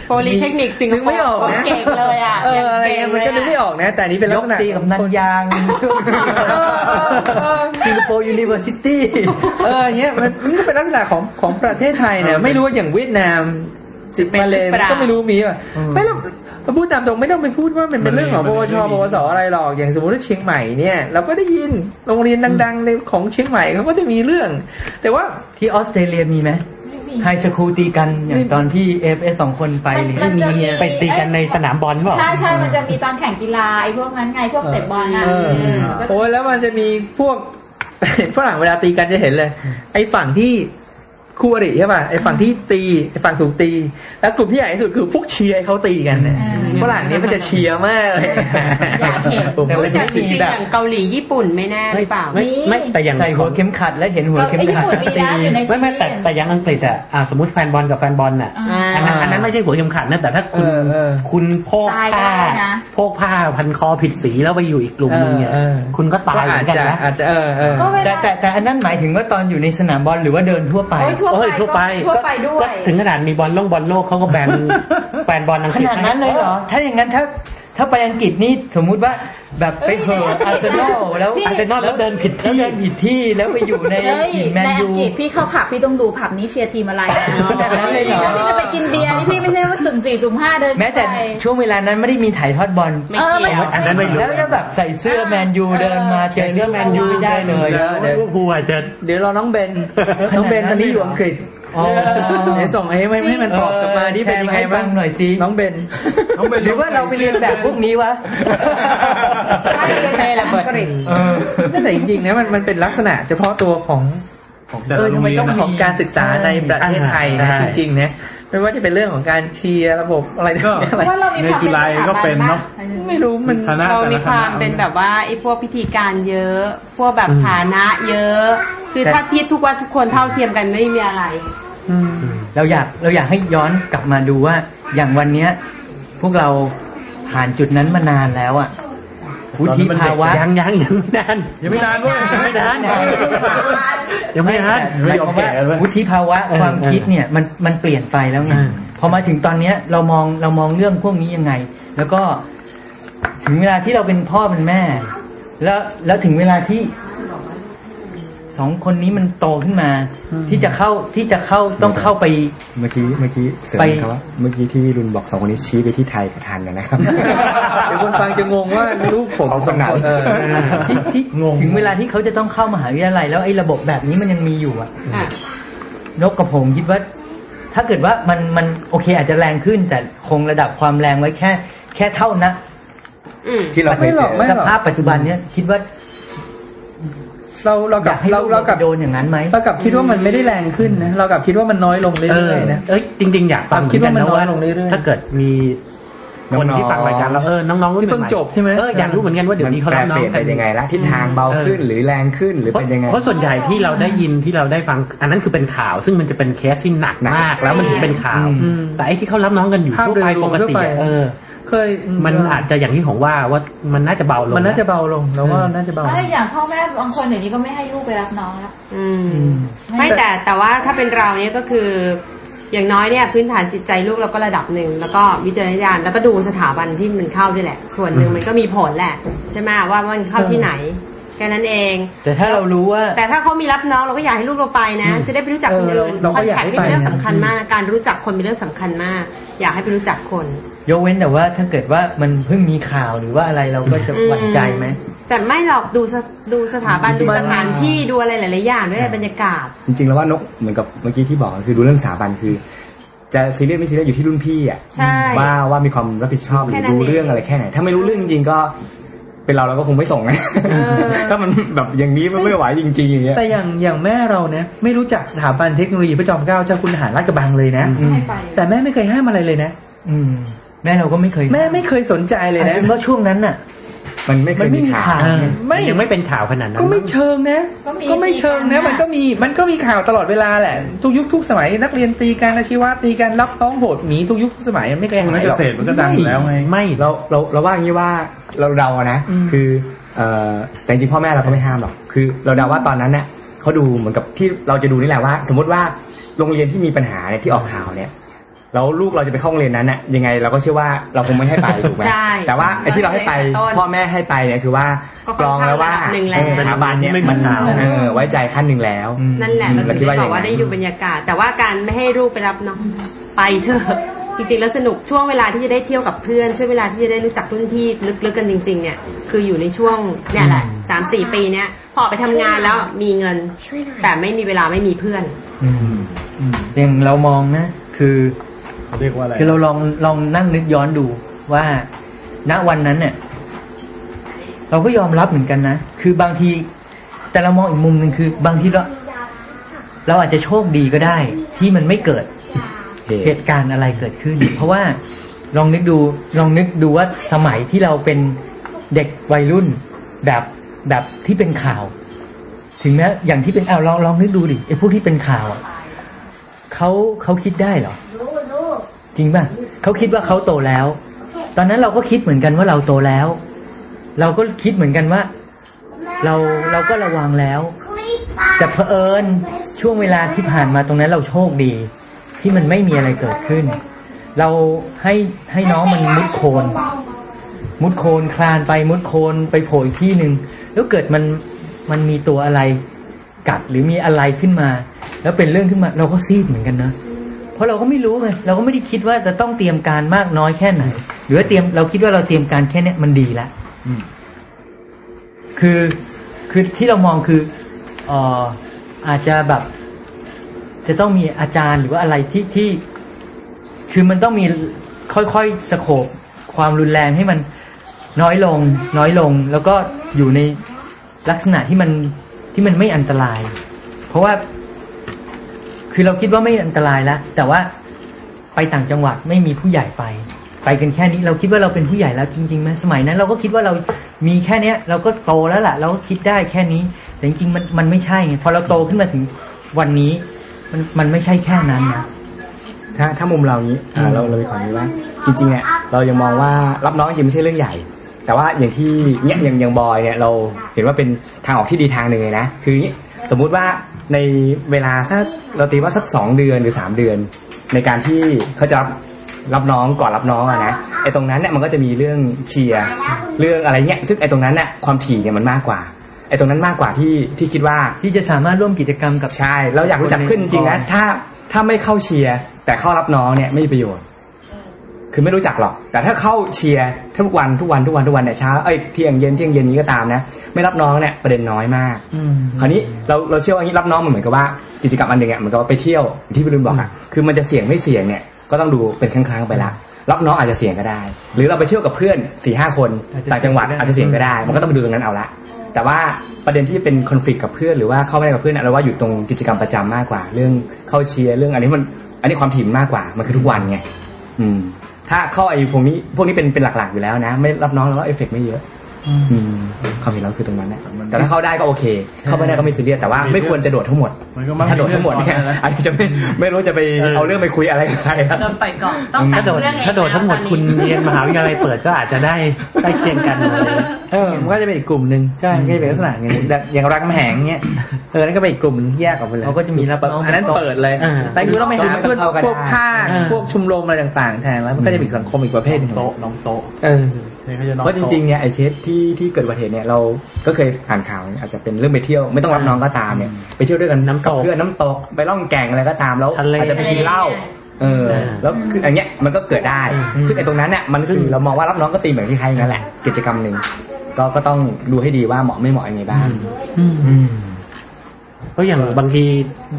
โพลีเทคนิคสิงค นึก โป ไม่ออก ร์ นะ เก่งเลยอ่ะ เอออะไรเงี้ยมันก็นึกไม่ออกนะ แต่อันนี้เป็น ย ลัก ก ษณะ ตีกับนันยาง เออเออเออ สิงคโปร์ยูนิเวอร์ซิตี้ เอออย่างเงี้ยมันมันก็เป็นลักษณะของของประเทศไทยเนี่ยไม่รู้ว่าอย่างเวียดนามสิบมาเลยมันก็ไม่รู้มีป่ะไม่ต้องพูดตามตรงไม่ต้องไปพูดว่ามันเป็นเรื่องของปวชปวสอะไรหรอกอย่างสมมติว่าเชียงใหม่เนี่ย เราก็ได้ยินโรงเรียนดัง ๆ ในของเชียงใหม่เขาก็จะมีเรื่อง แต่ว่า ที่ออสเตรเลียมีไหมไฮสคูลตีกันอย่างตอนที่เอฟเอสองคนไปหรือ มันจะมี ไปตีกันในสนามบอลหรือเปล่า ใช่ใช่มันจะมีตอนแข่งกีฬาไอ้พวกนั้นไงพวกเตะบอลนะ เออ มก็จะ โอ้ยแล้วมันจะมีพวก ฝรั่งเวลาตีกันจะเห็นเลย ไอ้ฝั่งที่คู่อริใช่ป่ะไอ้ฝั่งที่ตีไอ้ฝั่งถูกตี แล้วกลุ่มที่ใหญ่ที่สุดคือพวกเชียร์ให้เขาตีกันเนี่ยฝรั่งเนี่ยมันจะเชียร์มากเลย อยากเห็น ผม แต่ ก็ ว่า ไม่ แต่ ได้ จริงๆอย่างเกาหลีญี่ปุ่นไม่แน่หรือเปล่า ไม่ไม่แต่อย่าง ใส่หัวเข็มขัดและเห็นหัวเข็ม ไอ้ญี่ ขัด ปุ่นมีนะอยู่ในซี ไม่ไม่ รีส์ แต่แต่อยังอังกฤษอ่ะอ่ะสมมติแฟนบอลกับแฟนบอลน่ะ อ่า อันนั้นอันนั้นไม่ใช่หัวเข็มขัดนะแต่ถ้า เอ คุณ อเออ คุณโพก ตาย ผ้า ได้นะ โพกผ้าพันคอผิดสีแล้วไปอยู่อีกกลุ่มนึงเนี่ย เออเออ คุณก็ตาย ก็ เหมื อาจ อนกัน จะ นะ อาจจะเออเออ ก็เว แต่ ลา แต่แต่อันนั้นหมายถึงว่าตอนอยู่ในสนามบอลหรือว่าเดินทั่วไป โอ้ยทั่ว เอ้ย ไป ทั่วไป ทั่วไปด้ว ก็ ย ถึงขนาดมีบอลโลกบอลโลกเขาก็แบ น แฟนบอลอังก ข ฤษ นาดนั้นเลยเหรอ ถ้าอย่างนั้นถ้าถ้าไปอังกฤษนี่สมมุติว่าแบบไปเหอะอาร์เซนอลแล้ว อาร์เซนอลแล้วเดินผิด แล้ว ที่ เดินผิดที่แล้วไปอยู่ใน เฮ้ย ทีมแม ใน น อั ยู งกฤษพี่เข้าผับพี่ต้องดูผับนี้เชียร์ทีมอะไรนะ แบบนั้นเลยเหรอ จริงๆแล้วพี่จะไปกินเบียร์นี่พี่ไม่ใช่ว่าสุ่มสี่สุ่มห้าเดิน แม้แต่ ไป ช่วงเวลานั้นไม่ได้มีถ่ายทอดบอล ไม่ เออ เกี่ ไม่ ยว อันนั้นไม่รู้ แล้วก็แบบใส่เสื้อแมนยูเดินมาเจอ เรื่ เรื่ อ องงแมแมน น ยู ยูไม่ได้เลย เดี๋ยวลิเวอร์พูลอาจจะ เดี๋ยวรอน้องเบนน้องเบนตอนนี้อยู่อังกฤษ อ๋อ เดี๋ยวส่งให้ไม่ให้มันตอบกลับมาที่เป็นยังไงบ้าง แชร์มให้หน่อยสิ น้องเบน น้องเบน หรือว่าเราไปเรียนแบบพวกนี้วะ ใช่ในระเบิด แต่จริงๆนะมันมันเป็นลักษณะเฉพาะตัวของ ของแต่ เอ ละ อ โร ทำ ง ไม เรียน ต้อง นะ ของการศึกษาในประเทศไทยนะ ใช่ จริงๆนะไม่ว่าจะเป็นเรื่องของการเชียร์ระบบอะไรต่างๆอะไร ว่าเรามี ใน ความ จุ เป็น ฬาก็เป็นเนาะ ไม่รู้มัน คณะ เรา แต่ มี ละณะความเป็นแบบว่าไอ้พวกพิธีการเยอะ พวกแบบฐานะเยอะ คือ แต่ ถ้าเทียบทุกวันทุกคนเท่าเทียมกันไม่มีอะไร เราอยากเราอยากให้ย้อนกลับมาดูว่าอย่างวันเนี้ย พวกเราผ่านจุดนั้นมานานแล้วอะ วุฒิภาวะ ยังยังยังไม่นาน ยังไม่นานเว้ย ยังไม่นานยังไม่นาน ไม่ยอมแก่กันเว้ย วุฒิภาวะ เออ ความคิดเนี่ยมันมันเปลี่ยนไปแล้วไง อืม พอมาถึงตอนเนี้ยเรามองเรามองเรื่องพวกนี้ยังไง แล้วก็ถึงเวลาที่เราเป็นพ่อเป็นแม่ แล้วแล้วถึงเวลาที่สองคนนี้มันโตขึ้นมา ที่จะเข้าที่จะเข้าต้องเข้าไป เมื่อกี้เมื่อกี้เสริม ไป ครับว่าเมื่อกี้ที่วิรุณบอกสองคนนี้ชี้ไปที่ไทยกับทันนะครับ เดี๋ยวคนฟังจะงง ว่าลูกผม สองคนไหน เออ ที่ที่ งง ถึงเวลาที่เขาจะต้องเข้ามหาวิทยาลัย แล้วไอ้ระบบแบบนี้มันยังมีอยู่อ่ะ อ่ะ นกกับผมคิดว่า ถ้าเกิดว่ามันมันโอเคอาจจะแรงขึ้น แต่คงระดับความแรงไว้แค่ แค่เท่านะ อืม ที่เราเคยเจอ ไม่หรอก สภาพปัจจุบันเนี้ยคิดว่า เราเรา อก ลั ยา บ กให้ เรา ลูก เรา เรา กลับ โดนอย่างนั้นไหม เรากลับคิดว่ามันไม่ได้แรงขึ้นนะเรากลับคิดว่ามันน้อยลงเรื่ เออ อยๆนะ เอ้ยจริง ๆ อยากฟัง คิดว่ามันน้อยลงเรื่อยๆ ถ้าเกิดมีคนที่ น้องๆ ฟังรายการแล้วเออน้องๆรุ่น ที่เพิ่ง ใๆ จบใช่ไหม เอออยากรู้เหมือนกันว่าเดี๋ยวนี้เขา แปล รับน้อ เปลี่ย งกันไปยังไงละทิศทางเบาขึ้นหรือแรงขึ้นหรือ เพราะ เป็นยังไง เพราะส่วนใหญ่ที่เราได้ยินที่เราได้ฟัง อันนั้นคือเป็นข่าว ซึ่งมันจะเป็นเคสที่หนัก หนัก มากแล้วมันถึงเป็นข่าว อืม แต่ไอ้ที่เขารับน้องกันอยู่ ภาพ ทั่ว โด ไป ยรว ป ม ก ทั่ว ติ ไป เออ เคย มันอาจจะอย่างที่ของว่าว่ามันน่าจะเบาลง มันน่าจะเบาลงเราว่าน่าจะเบาลง เอ้ยอย่างพ่อแม่บางคนเดี๋ยวนี้ก็ไม่ให้ลูกไปรับน้องแล้ว อืม ไม่แต่แต่ว่าถ้าเป็นเราเนี่ยก็คือ อย่างน้อยเนี่ยพื้นฐานจิตใจลูกเราก็ระดับหนึ่ง แล้วก็วิจารณญาณแล้วก็ดูสถาบันที่มันเข้าด้วยแหละ ส่วนหนึ่งมันก็มีผลแหละ ใช่ไหมว่ามันเข้าที่ไหนแค่นั้นเอง แต่ถ้าเรารู้ว่า แต่ถ้าเขามีรับน้องเราก็อยากให้ลูกเราไปนะ จะได้ไปรู้จักคนอื่น เออเรา ค ก็ อน อยาก แทค ให้ นี่ ไป เป็นเรื่องสำคัญมาก การรู้จักคนเป็นเรื่องสำคัญมาก อยากให้ไปรู้จักคน ยกเว้นแต่ว่าถ้าเกิดว่ามันเพิ่งมีข่าวหรือว่าอะไรเราก็จะหวั่นใจไหม แต่ไม่หรอกดูสดูสถาบันดูสถานที่ดูอะไรหลายๆอย่างด้วยบรรยากาศ จริงๆแล้วว่านกเหมือนกับเมื่อกี้ที่บอกคือดูเรื่องสถาบันคือ จะซีเรียสไม่ซีเรียสอยู่ที่รุ่นพี่อ่ะ ใช่ ว่าว่ามีความรับผิดชอบห แค่ รือ นั้น รู้ เอง เรื่องอะไรแค่ไหน ถ้าไม่รู้เรื่องจริงๆก็เป็นเราเราก็คงไม่ส่งนะ เออ ถ้ามันแบบอย่างนี้มันไม่ไหวจริง ๆ อย่างเงี้ย แต่อย่างอย่างแม่เราเนี่ยไม่รู้จักสถาบันเทคโนโลยีพระจอมเกล้าเจ้าคุณทหารราชกระบังเลยนะ ไม่ให้ไปเลย แต่แม่ไม่เคยห้ามอะไรเลยนะ อืม แม่เราก็ไม่เคย แม่ไม่เคยสนใจเลย อาจ นะ เป็นเพราะช่วงนั้นน่ะ มันไม่เค มัน ย ไม่ มี มี ข่าว ข่าว เออ ไง ไม่ ยังไม่เป็นข่าวขนาดนั้น ก็ไม่เชิงนะ ก็มี ไม่เชิงนะ ตีกันนะ มันก็มีมันก็มีข่าวตลอดเวลาแหละ ทุกยุคทุกสมัยนักเรียนตีกันอาชีวะตีกันรับน้องโหดหนีทุกยุคทุกสมัยไม่เคย คน หายนั้นเก หรอก ษตรมันก็ดังอยู่แล้วไง ไม่ เราเราเราว่าอย่างนี้ว่าเราเดาอะนะ อืม คือเอ่อแต่จริงๆพ่อแม่เราก็ไม่ห้ามหรอกคือ เราเดาว่าตอนนั้นเนี่ยเขาดูเหมือนกับที่เราจะดูนี่แหละว่า สมมติว่าโรงเรียนที่มีปัญหาเนี่ยที่ออกข่าวเนี่ยแล้วลูกเราจะไปเข้าโรงเรียนนั้นน่ะยังไงเราก็เชื่อว่าเราคงไม่ให้ไปถูกไหม ใช่ แต่ว่าไอ้ที่เราให้ไป ตั้งแต่ต้น พ่อแม่ให้ไปเนี่ยคือว่า ก็ค่ ก อน รองแล้วว่า ข้างระดับหนึ่งแล้ว เออสถาบันเนี่ยมันเออไว้ใจขั้นหนึ่งแล้ว นั่นแหละ อืม เราถึงได้ เราคิดว่า บอย่อากว่านงนั้ได้ดูบรรยากาศ แต่ว่าการไม่ให้ลูกไปรับน้องไปเถอะจริงๆแล้วสนุกช่วงเวลาที่จะได้เที่ยวกับเพื่อน ช่วงเวลาที่จะได้รู้จักรุ่นพี่ลึกๆกันจริง ๆ เนี่ย คืออยู่ในช่วงเนี่ยแหละสามสี่ปีเนี่ยพอออกไปทำงานแล้วมีเงิน แต่ไม่มีเวลาไม่มีเพื่อน อย่างเรามองนะ คือ เรียกว่าอะไร คือเราลองลองนั่งนึกย้อนดูว่า ณวันนั้นเนี่ย เราก็ยอมรับเหมือนกันนะ คือบางที แต่เรามองอีกมุมหนึ่งคือบางทีเราเราอาจจะโชคดีก็ได้ ที่มันไม่เกิด เหตุการณ์อะไรเกิดขึ้น เพราะว่าลองนึกดูลองนึกดูว่าสมัยที่เราเป็นเด็กวัยรุ่นแบบแบบที่เป็นข่าว ถึงแม้อย่างที่เป็นเอาลองลองนึกดูดิไอ้พวกที่เป็นข่าวอะเขาเขาคิดได้เหรอจริงป่ะเขาคิดว่าเขาโตแล้ว ตอนนั้นเราก็คิดเหมือนกันว่าเราโตแล้ว เราก็คิดเหมือนกันว่า เราเราก็ระวังแล้ว แต่เผอิญช่วงเวลาที่ผ่านมาตรงนั้นเราโชคดี ที่มันไม่มีอะไรเกิดขึ้น เราให้ให้น้องมันมุดโคลน มุดโคลนคลานไปมุดโคลนไปโผล่อีกที่หนึ่งแล้วเกิดมันมันมีตัวอะไรกัดหรือมีอะไรขึ้นมา แล้วเป็นเรื่องขึ้นมา เราก็ซีดเหมือนกันนะ เพราะเราก็ไม่รู้ไงเราก็ไม่ได้คิดว่าจะต้องเตรียมการมากน้อยแค่ไหน หรือว่าเตรียมเราคิดว่าเราเตรียมการแค่เนี้ยมันดีละคือคือที่เรามองคือเอ่ออาจจะแบบ จะต้องมีอาจารย์หรือว่าอะไรที่ที่ คือมันต้องมีค่อยๆสโคบความรุนแรงให้มันน้อยลง น้อยลง แล้วก็อยู่ในลักษณะที่มันที่มันไม่อันตราย เพราะว่า คือเราคิดว่าไม่อันตรายแล้วแต่ว่าไปต่างจังหวัดไม่มีผู้ใหญ่ไป ไปกันแค่นี้เราคิดว่าเราเป็นผู้ใหญ่แล้วจริงๆไหมสมัยนั้น เราก็คิดว่าเรามีแค่เนี้ย เราก็โตแล้วล่ะ เราก็คิดได้แค่นี้ แต่จริงๆมันมันไม่ใช่ไงพอเราโตขึ้นมาถึงวันนี้ มันมันไม่ใช่แค่นั้นนะ ถ้าถ้ามุมเรานี้อ่าเราเรามีความคิดว่าจริงๆเนี่ยเรายังมองว่ารับน้องจริงไม่ใช่เรื่องใหญ่ แต่ แต่ว่าอย่างที่เนี่ยอย่างอย่างบอยเนี่ยเราเห็นว่าเป็นทางออกที่ดีทางหนึ่งเลยนะ คืออย่างงี้สมมุติว่าในเวลาถ้าเราตีว่าสักสองเดือนหรือสามเดือน ในการที่เขาจะรับรับน้องก่อนรับน้องอะนะไอ้ตรงนั้นเนี่ยมันก็จะมีเรื่องเชียร์เรื่องอะไรเงี้ยซึ่งไอ้ตรงนั้นเนี่ยความถี่เนี่ยมันมากกว่าไอ้ตรงนั้นมากกว่าที่ที่คิดว่า ที่จะสามารถร่วมกิจกรรมกับ ใช่ เราอยากรู้จักขึ้นจริงๆนะ ถ้าถ้าไม่เข้าเชียร์แต่เข้ารับน้องเนี่ยไม่มีประโยชน์ คือไม่รู้จักหรอก แต่ถ้าเข้าเชียร์ทุกวันทุกวันทุกวันทุกวันเนี่ยเช้าเอ้ยเที่ยงเย็นเที่ยงเย็นนี้ก็ตามนะ ไม่รับน้องเนี่ยประเด็นน้อยมาก คราวนี้เราเราเชื่อว่าอย่างนี้รับน้องมันเหมือนกับว่ากิจกรรมอันหนึ่งอ่ะเหมือนกับว่าไปเที่ยวที่พี่รุนบอกอ่ะคือมันจะเสี่ยงไม่เสี่ยงเนี่ยก็ต้องดูเป็นครั้งๆไปละรับน้องอาจจะเสี่ยงก็ได้ หรือเราไปเที่ยวกับเพื่อนสี่ห้าคนต่างจังหวัดอาจจะเสี่ยงก็ได้ มันก็ต้องไปดูตรงนั้นเอาละแต่ว่าประเด็นที่เป็นคอนฟ lict กับเพื่อนหรือว่าเข้าไม่ได้กับเพื่อนอะเราว่าอยู่ตรงกิจกรรมประจำมากกว่า เรื่องเข้าเชียร์เรื่องอันนี้มันอันนี้ความถี่มันมากกว่ามันคือทุกวันไงอืม ถ้าเข้าไอ้พวกนี้พวกนี้เป็นเป็นหลักๆอยู่แล้วนะ ไม่รับน้องแล้วก็เอฟเฟกไม่เยอะ อืมความเห็นเราคือตรงนั้นแหละแต่ถ้าเข้าได้ก็โอเค เข้าไม่ได้ก็ไม่ซีเรียสแต่ว่าไม่ควรจะโดดทั้งหมด มันก็มัก ถ้าโดดทั้งหมดเนี่ย เรื่องก่อนนะ อันนี้จะไม่ไม่รู้จะไปเอาเรื่องไปคุยอะไรกับใครแล้ว โดนปล่อยเกาะต้องตั ถ้า ด โดด เรื่องเอง ถ้าโดด แล้ว ทั้งหมด ตอนนี้ คุณเรียนมหาวิทยาลัยเปิดก็อาจจะได้ใกล้เคียงกันอะไรอย่างเงี้ย เออมันก็จะเป็นอีกกลุ่มหนึ่งใช่ก็จะเป็นลักษณะอย่างนี้แบบอย่างรักแหงเงี้ยเออนั่นก็เป็นอีกกลุ่มหนึ่งที่แยกออกไปเลย เขาก็จะมีรับน้อง อันนั้นเปิดเลย อ่า แต่คือเราไม่ถึงพวก เข้ากันได้ พวกภาค อ่า พวกชุมรมอะไรต่างๆแทนแล้วมันก็จะมีอีกสังคมอีกประเภทหนึง โต๊ะน้องโต๊ะ เออ เนี่ยเขาจะน้อง เพราะจริงๆเนี่ยไอ้เคสที่ที่เกิดอุบัติเหตุเนี่ยเราก็เคยอ่านข่าวอาจจะเป็นเรื่องไปเที่ยวไม่ต้องรับน้องก็ตามเนี่ยไปเที่ยวด้วยกัน น้ำตก กับเพื่อนน้ำตกไปล่องแก่งอะไรก็ตามแล้ว ทะเล อาจจะไปกินเหล้าเออ อ่า แล้วคืออันเนี้ยมันก็เกิดได้ อืม ซึ่งไอ้ตรงนั้นเนี่ยมัน ซึ่ คื ง อเรามองว่ารับน้องก็ตีเหมือนที่ใครอย่างนั้นแหละกิจกรรมหนึ่งก็ก็ต้องดูให้ดีว่าเหมาะไม่เหมาะยังไงบ้างอืม เพราะอย่างบางที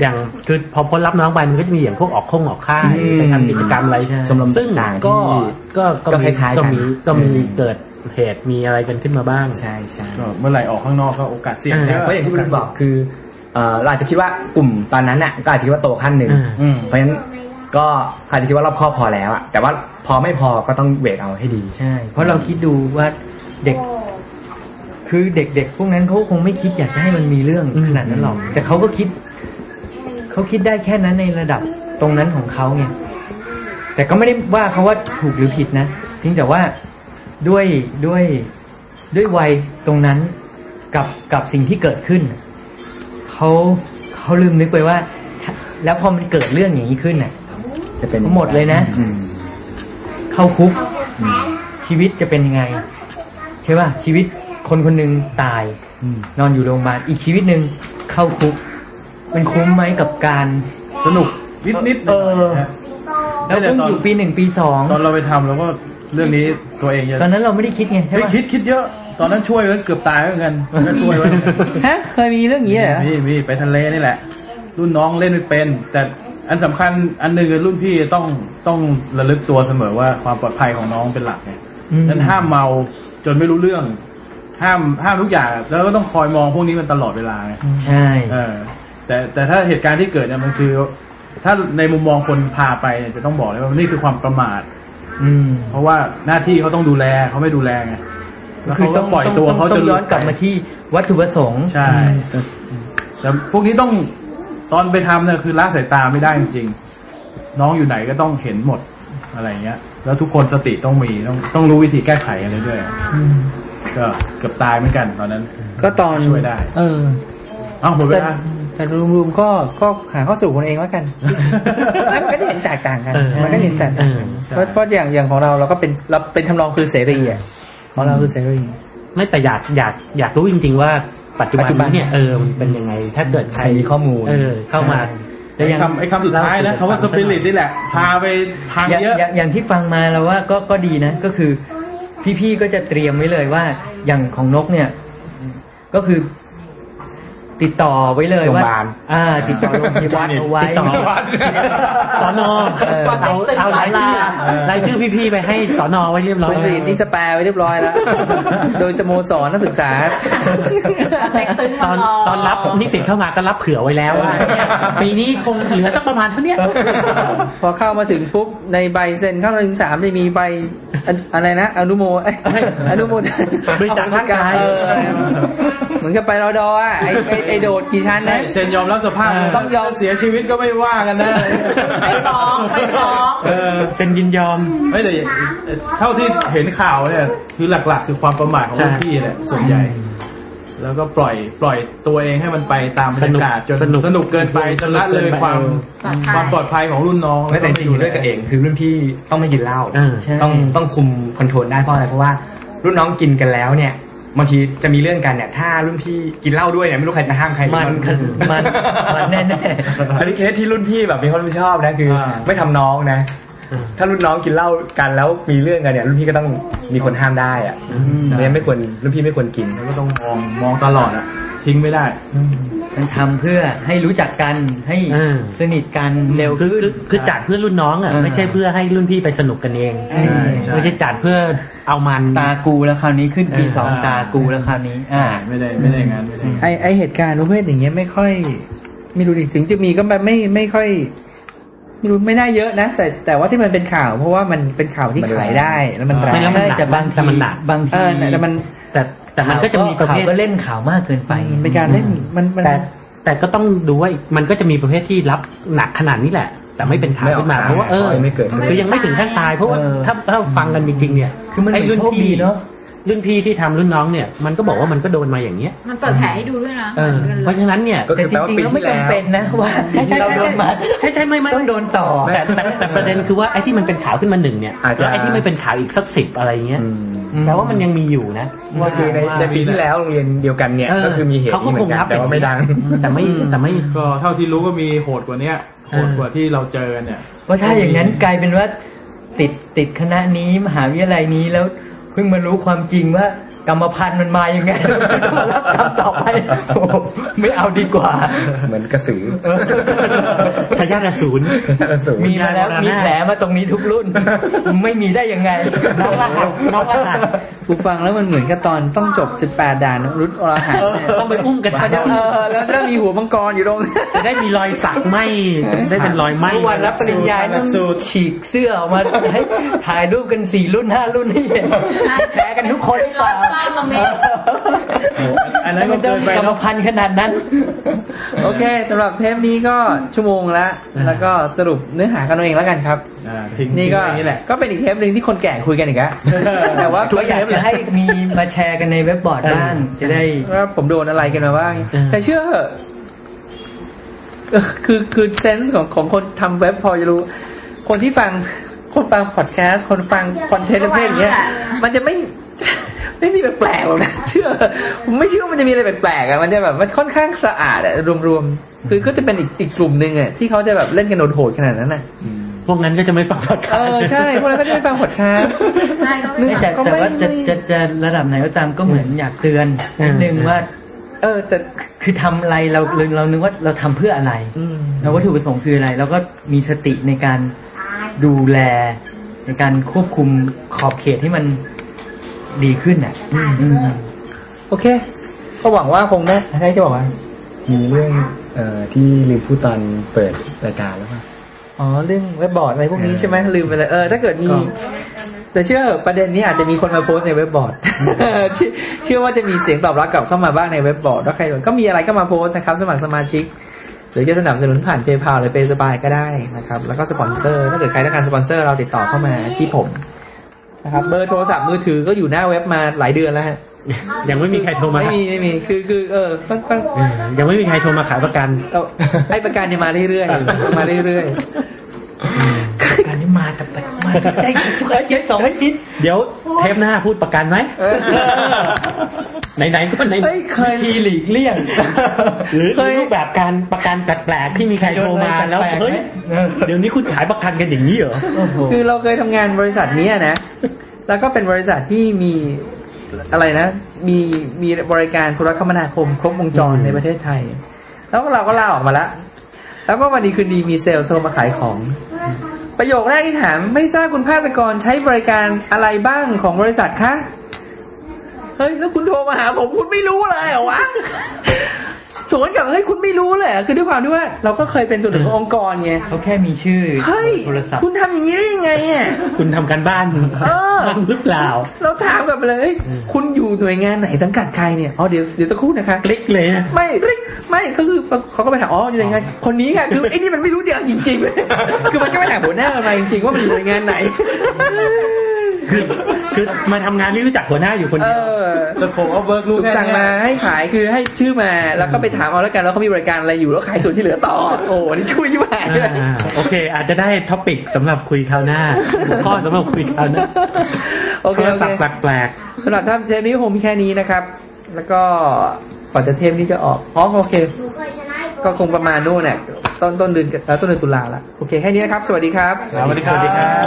อย่างคือพอพ้นรับน้องไปมันก็จะมีอย่างพวกออกคงออกค่าย อืม ไปทำกิจกรรมอะไรใช่ไห ชมรม ซึ่ง ต่างๆ ก็ ที่ ก็ ก็ มี คล้ายๆกั ก็ น มีก็มี อืม เกิดเหตุมีอะไรกันขึ้นมาบ้าง ใช่ใช่ ก็เมื่อไหร่ออกข้างนอกก็โอกาสเสี่ยงเยอะ เพราะอย่างที่คุณบอกคือเอ่อเราอาจจะคิดว่ากลุ่มตอนนั้นน่ะก็อาจจะคิดว่าโตขั้นหนึ่ง อืม อืมเพราะฉะนั้นก็อาจจะคิดว่ารอบครอบพอแล้วอะแต่ว่าพอไม่พอก็ต้องเวทเอาให้ดี ใช่ เพราะเราคิดดูว่าเด็ก คือเด็กๆพวกนั้นเขาคงไม่คิดอยากจะให้มันมีเรื่องขนาดนั้นหรอก แต่เขาก็คิด เขาคิดได้แค่นั้นในระดับตรงนั้นของเขาไงแต่ก็ไม่ได้ว่าเขาว่าถูกหรือผิดนะเพียงแต่ว่าด้วยด้วยด้วยวัยตรงนั้นกับกับสิ่งที่เกิดขึ้นน่ะเขาเขาลืมนึกไปว่า แล้วพอมันเกิดเรื่องอย่างนี้ขึ้นน่ะ จะเป็น หมดเลยนะ อืม เข้าคุกชีวิตจะเป็นยังไง ใช่ป่ะชีวิตคนคนหนึ่งตาย นอนอยู่โรงพยาบาลอีกชีวิตหนึ่งเข้าคุก มันคุ้มไหมกับการ สนุกนิดนิดๆ เออ นะ แล้ว ไม่แต่ เพิ่ง ตอน อยู่ปีหนึ่งปีสอง ตอนเราไปทำเราก็เรื่องนี้ตัวเองจะ ตอนนั้นเราไม่ได้คิดไงใช่ เฮ้ย ป่ะ คิดคิดเยอะ ตอนนั้นช่วยไว้เกือบตายเหมือนกันก็ช่วยไว้เหมือนกัน ฮะเคยมีเรื่องอย่างนี้เหรอ มีมีไปทะเลนี่แหละ รุ่นน้องเล่นไม่เป็น แต่อันสำคัญอันหนึ่งคือรุ่นพี่ต้องต้องระลึกตัวเสมอว่าความปลอดภัยของน้องเป็นหลักไงนั้นห้ามเมาจนไม่รู้เรื่อง ห้ามห้ามทุกอย่าง แล้วก็ต้องคอยมองพวกนี้มันตลอดเวลาไง ใช่ เออ แต่แต่ถ้าเหตุการณ์ที่เกิดเนี่ยมันคือ ถ้าในมุมมองคนพาไปเนี่ยจะต้องบอกเลยว่านี่คือความประมาท อืม เพราะว่าหน้าที่เขาต้องดูแลเขาไม่ดูแลไงแล้วเขาก็ปล่อยตัวเขา ต้ จะ อง หลุ ย้อน ด กลับมาที่วัตถุประสงค์ ใช่ แต่พวกนี้ต้องตอนไปทำเนี่ยคือละสายตาไม่ได้จริงๆ น้องอยู่ไหนก็ต้องเห็นหมดอะไรเงี้ย แล้วทุกคนสติต้องมีต้องต้องรู้วิธีแก้ไขอะไรด้วยก็เกือบตายเหมือนกันตอนนั้น ก็ตอน ช่วยได้ เออ เอ้าหมดเว แต่ ลา แต่รวมๆก็ก็หาข้อสรุปคนเองแล้วกันมันก็จะเห็นแตกต่างกัน เออ มันก็เห็นแตกต่างกัน เออ เพราะเพราะอย่างอย่างของเราเราก็เป็นเราเป็นทำนองคือเสรีอ่ะของเราคือเสรี ไม่แต่อยากอยากอยากรู้จริง ๆ ว่าปัจจุบั ปัจจุบัน นเนี่ยเออมันเป็นยังไง ถ้าเกิดใค ใค ร รมีข้อมูล เออเข้ามา ไอ้คำไอ้คำสุดท้ายนะคำว่าสปิริตนี่แหละ พาไปทาง อย่าง เยอะ อย่างอย่างที่ฟังมาแล้วว่าก็ก็ดีนะ ก็คือ พี่ๆก็จะเตรียมไว้เลยว่า อย่างของนกเนี่ย ก็คือ ติดต่อไว้เลยว่า โรงพยาบาล อ่า ติดต่อโรงพยาบาลเอาไว้ ติดต่อสอนอ เออ เอาเอารายชื่อรายชื่อพี่ๆไปให้สอนอไว้เรียบร้อย โรงเรียนนี่สแปร์ไว้เรียบร้อยแล้ว โดยสโมสรนักศึกษา ตอนตอนรับนิสิตเข้ามาก็รับเผื่อไว้แล้วว่าเนี่ยปีนี้คงเหลือสักประมาณเท่าเนี้ย พอเข้ามาถึงปุ๊บในใบเซ็นเข้ามาถึงสามจะมีใบอันอะไรนะ อนุโม เอ้ยอนุโมท บริจาคร่างกาย เอออะไรนะเหมือนกับไปรอดออ่ะไอ้ไอ้ไอ้ ไอโดดกี่ชั้น ใช่ นะ เซนยอมรับสภาพ เออ ต้องยอมเสียชีวิตก็ไม่ว่ากันนะ ไม่ฟ้องไม่ฟ้อง เออ เซ็นยินยอม ไม่แต่เท่าที่เห็นข่าวเนี่ยคือหลักๆ คือความประมาทของรุ่นพี่แหละส่วนใหญ่ แล้วก็ปล่อยปล่อยตัวเองให้มันไปตามบรรยากาศจน สนุก สนุกเกินไปจนละเลยความ ปลอดภัย ความปลอดภัยของรุ่นน้อง ไม่แต่จริงๆด้วยกันเองคือรุ่นพี่ต้องไม่กินเหล้า อ่าใช่ ต้องต้องคุมคอนโทรลได้เพราะอะไรเพราะว่ารุ่นน้องกินกันแล้วเนี่ยบางทีจะมีเรื่องกันเนี่ยถ้ารุ่นพี่กินเหล้าด้วยเนี่ยไม่รู้ใครจะห้ามใคร มันมันมันแน่ๆ อันนี้เคสที่รุ่นพี่แบบมีความรับผิดชอบนะคืออา ไม่ทำน้องนะ อืม ถ้ารุ่นน้องกินเหล้ากันแล้วมีเรื่องกันเนี่ยรุ่นพี่ก็ต้องมีคนห้ามได้อะไม่งั้นไม่ควรรุ่นพี่ไม่ควรกิน แล้วก็ต้องมองมองตลอดอะทิ้งไม่ได้ มันทำเพื่อให้รู้จักกันให้ อ่า สนิทกันเร็ว คือ ขึ้น คือคือจัดเพื่อรุ่นน้องอ่ะ อ่า ไม่ใช่เพื่อให้รุ่นพี่ไปสนุกกันเอง ใช่ ใช่ ไม่ใช่จัดเพื่อเอามัน ตากูแล้วคราวนี้ขึ้นปีสอง อ่า ตากูแล้วคราวนี้ อ่า ไม่ได้ไม่ได้งานไม่ได้งาน ไอไอเหตุการณ์ประเภทอย่างเงี้ยไม่ค่อย ไม่รู้ดิถึงจะมีก็แบบไม่ไม่ค่อย ไม่รู้ไม่น่าเยอะนะ แต่แต่ว่าที่มันเป็นข่าว เพราะว่ามันเป็นข่าวที่ขายได้แล้วมันแรง ไม่แล้วมัน ใช่แต่บาง แต่ ที มันหนัก บาง เอ ที อแต่มัน แต่แต่มันก็จะมีประเภท ข่าวก็เล่นข่าวมากเกินไป เป็นการเล่นมันมัน แต่แต่ก็ต้องดูว่ามันก็จะมีประเภทที่รับหนักขนาดนี้แหละ แต่ไม่เป็นข่าว ไม่ออก ขึ้นมา ข่าว เพราะว่าเออ ไม่เกิดขึ้น คือยังไม่ถึงขั้นตายเพราะว่า เออ ถ้าถ้าฟังกันจริงๆเนี่ย คือมัน ไอ้รุ่น เหมือนโชคดี พี่ เนอะ รุ่นพี่ที่ทำรุ่นน้องเนี่ย มันก็บอกว่ามันก็โดนมาอย่างเงี้ย มันเปิดแผลให้ดูด้วยนะ เออเพราะฉะนั้นเนี่ย ก็ แต่ คือ จ แปริงๆลว่าปี แล้ว ที่ ไม่ แล้ จำ ว เป็นนะ ว่า ใช่ใช่ เรา ใช่ โดนมา ใช่ใช่ไม่ไม่ ต้องโดนต่อ แต่แต่แต่ประเด็นคือว่าไอ้ที่มันเป็นข่าวขึ้นมาหนึ่งเนี่ย อาจจะ แล้วไอ้ที่ไม่เป็นข่าวอีกสักสิบอะไรเงี้ย อืม แปลว่ามันยังมีอยู่นะ ว่าคือในในปีที่แล้วโรงเรียนเดียวกันเนี่ย เออ ก็คือมีเหตุ เขาก็ นี้เหมือนกั คงรับ นแต่ว่าไม่ดัง แต่ไม่แต่ไม่ ก็เท่าที่รู้ก็มีโหดกว่าเนี้ยโหดกว่าที่เราเจอเนี่ย เพราะถ้าอย่างนั้นกลายเป็นว่าติดติดคณะนี้มหาวิทยาลัยนี้แล้วเพิ่งมารู้ความจริงว่ากรรมพันธุ์มันมายังไง รับคำต่อไปโอ้โหไม่เอาดีกว่า เหมือนกระสือ เออ ทายาทอสูร กระสือ มีมาแล้วมีแผลมาตรงนี้ทุกรุ่น ไม่มีได้ยังไง น้องรหัสน้องรหัส กูฟังแล้วมันเหมือนกับตอนต้องจบ 18 ด่านรุดอรหันต์เนี่ย ต้องไปอุ้มกระทะ มันจะเออแล้วแล้วมีหัวมังกรอยู่ตรง จะได้มีรอยสักไหมจะได้เป็นรอยไหม ทุกวันรับปริญญาต้องฉีกเสื้อออกมาให้ถ่ายรูปกันสี่รุ่นห้ารุ่นให้เห็นแผลกันทุกคนหรือเป ร้อ ล่า นมากตรงนี้ อันนั้นก็เกินไป กรรม เนาะ พันธุ์ขนาดนั้น โอเคสำหรับเทปนี้ก็ชั่วโมงละแล้วก็สรุปเนื้อหากันเอาเองแล้วกันครับ อ่าทิ้ง นี่ก็ ทิ้งไว้อย่างนี้แหละ ก็เป็นอีกเทปหนึ่งที่คนแก่คุยกันอีกแล้วแต่ว่า ก็อยากจะให้มีมาแชร์กันในเว็บบอร์ดบ้างจะได้ ว่าผมโดนอะไรกันมาบ้าง เออ แต่เชื่อเหอะเออ คือคือเซนส์ของของคนทำเว็บพอจะรู้ คนที่ฟังคนฟังพอดแคสต์คนฟังคอนเทนต์ประเภทอย่างเงี้ยมันจะไม่ ไม่มีแปลกๆหรอกนะเชื่อ ผมไม่เชื่อว่ามันจะมีอะไรแปลกๆอ่ะมันจะแบบมันค่อนข้างสะอาดอ่ะรวมๆคือก็จะเป็นอีกอีกกลุ่มหนึ่งอ่ะที่เขาจะแบบเล่นกันโหดๆขนาดนั้นอ่ะ พวกนั้นก็จะไม่ฟังพอดคา เอ สต์ อใช่พวกนั้นก็จะไม่ฟังพอดแคสต์ ใช่ก็ไม่ แต่ มา ก็ไม่ แต่ว่าจะ ไม่ จะจะระดับไหนก็ตามก็เหมือนอยากเตือนนิดนึงว่า เออแต่ คือทำอะไรเราเราเรานึกว่าเราทำเพื่ออะไร อืม เราวัตถุประสงค์คืออะไร แล้วก็มีสติในการดูแล ในการควบคุมขอบเขตที่มันดีขึ้นอ่ะอืม โอเค ก็หวังว่าคงได้ใช่จะบอกว่า มีเรื่องเอ่อที่ลืมพูดตอนเปิดรายการแล้วป่ะ อ๋อ เรื่องเว็บบอร์ดอะไรพวกนี้ เออ ใช่ไหมลืมไปเลย เออ ถ้าเกิดมี ก็ แต่เชื่อประเด็นนี้อาจจะมีคนมาโพสต์ในเว็บบอร์ด เชื่อเชื่อว่าจะมีเสียงตอบรับกลับเข้ามาบ้างในเว็บบอร์ดแล้วใครสนก็มีอะไรก็มาโพสต์นะครับ สมัครสมาชิก หรือจะสนับสนุนผ่านเพย์พาหรือเปย์สบายก็ได้นะครับ แล้วก็สปอนเซอร์ถ้าเกิดใครต้องการสปอนเซอร์เราติดต่อเข้ามาที่ผมนะครับเบอร์โทรศัพท์มือถือก็อยู่หน้าเว็บมาหลายเดือนแล้วฮะ ยังไม่มีใครโทรมา ไม่มีไม่มีคือคือเออค่อนข้าง เออยังไม่มีใครโทรมาขายประกัน เราไอ้ประกันเนี่ยมาเรื่อยๆ มาเรื่อย การนี้มาแต่ไปมาได้ทุกอาทิตย์สองอาทิตย์ เดี๋ยวเทปหน้าพูดประกันไหม ๆเออ ไหนๆก็ไหน เฮ้ยเค ย ทีหลีกเลี่ยง หรือ เคย รูปแบบการประกันแปลกๆที่มีใครโทรมาแล้ว โดนอะไรแปลกๆ เฮ้ย ไหม เดี๋ยวนี้คุณขายประกันกันอย่างนี้เหรอ โอ้โห คือเราเคยทำงานบริษัทเนี้ยนะ แล้วก็เป็นบริษัทที่มีอะไรนะ มีมีบริการโทรคมนาคมครบวงจร อืม ในประเทศไทย แล้วเราก็ลาออกมาละ แล้วก็วันดีคืนดีมีเซลล์โทรมาขายของ ประโยคแรกที่ถามไม่ทราบคุณภาสกรใช้บริการอะไรบ้างของบริษัทคะ เฮ้ย แล้วคุณโทรมาหาผมคุณไม่รู้เลยเหรอวะ สวนกับเฮ้ยคุณไม่รู้เลยอะคือด้วยความที่ว่าเราก็เคยเป็นส่วนหนึ่งขององค์กรไง เขาแค่มีชื่อ เฮ้ย โทรศัพท์ คุณทำอย่างนี้ได้ยังไงอ่ะ คุณทำการบ้าน เออ บ้างหรือเปล่า เราถามกลับไปเลยเฮ้ยคุณอยู่หน่วยงานไหนสังกัดใครเนี่ยอ๋อเดี๋ยวเดี๋ยวสักครู่นะคะ คลิกเลยนะ ไม่ไม่ไม่ก็คือเขาก็ไปถามอ๋ออยู่ในงานคนนี้ไงคือไอ้นี่มันไม่รู้เดียวจริงๆ คือมันก็ไปถามหัวหน้ามันมาจริงๆว่ามันอยู่ในงาน ไหน คือคือมาทำงานไม่รู้จักหัวหน้าอยู่คน เอ เดียว อ สโคปออฟเวิร์กรู้ ถูก แค่ สั่ง เนี้ มาย ให้ขายคือให้ชื่อมาแล้วก็ไปถามเอาแล้วกันแล้วเขามีบริการอะไรอยู่แล้วขายส่วนที่เหลือต่อ โอ้อันนี่ช่วยยิ่งหายเลย อ่าโอเค อาจจะได้ท็อปิกสำหรับคุยคราวหน้าหัวข้อสำหรับคุยคราวหน้า โอเค โทร โอ ศัพ เค ท์แปลก สำหรับท่านเทปนี้คงมีแค่นี้นะครับ แล้วก็ก่อนจะเทปนี้จะออกอ๋อโอเค ก็คงประมาณนู่นเนี่ยต้นต้นเดือนเอ่อต้นเดือนตุลาละโอเคแค่นี้นะครับ สวัสดีครับ สวัสดีครับ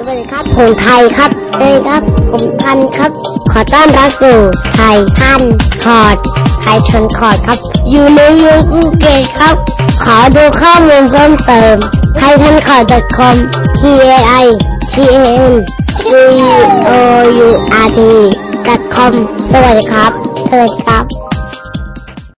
สวัสดีครับ ผมไทยครับเอ้ยครับ ผมพันธุ์ครับ ขอต้อนรับสู่ไทยพันธุ์คอร์ดไทยชนคอร์ดครับ อยู่ในเมืองอูเกตครับ ขอดูข้อมูลเพิ่มเติมไทยพันคอร์ด .com t a i t a n c o u r t .com สวัสดีครับ สวัสดีครับ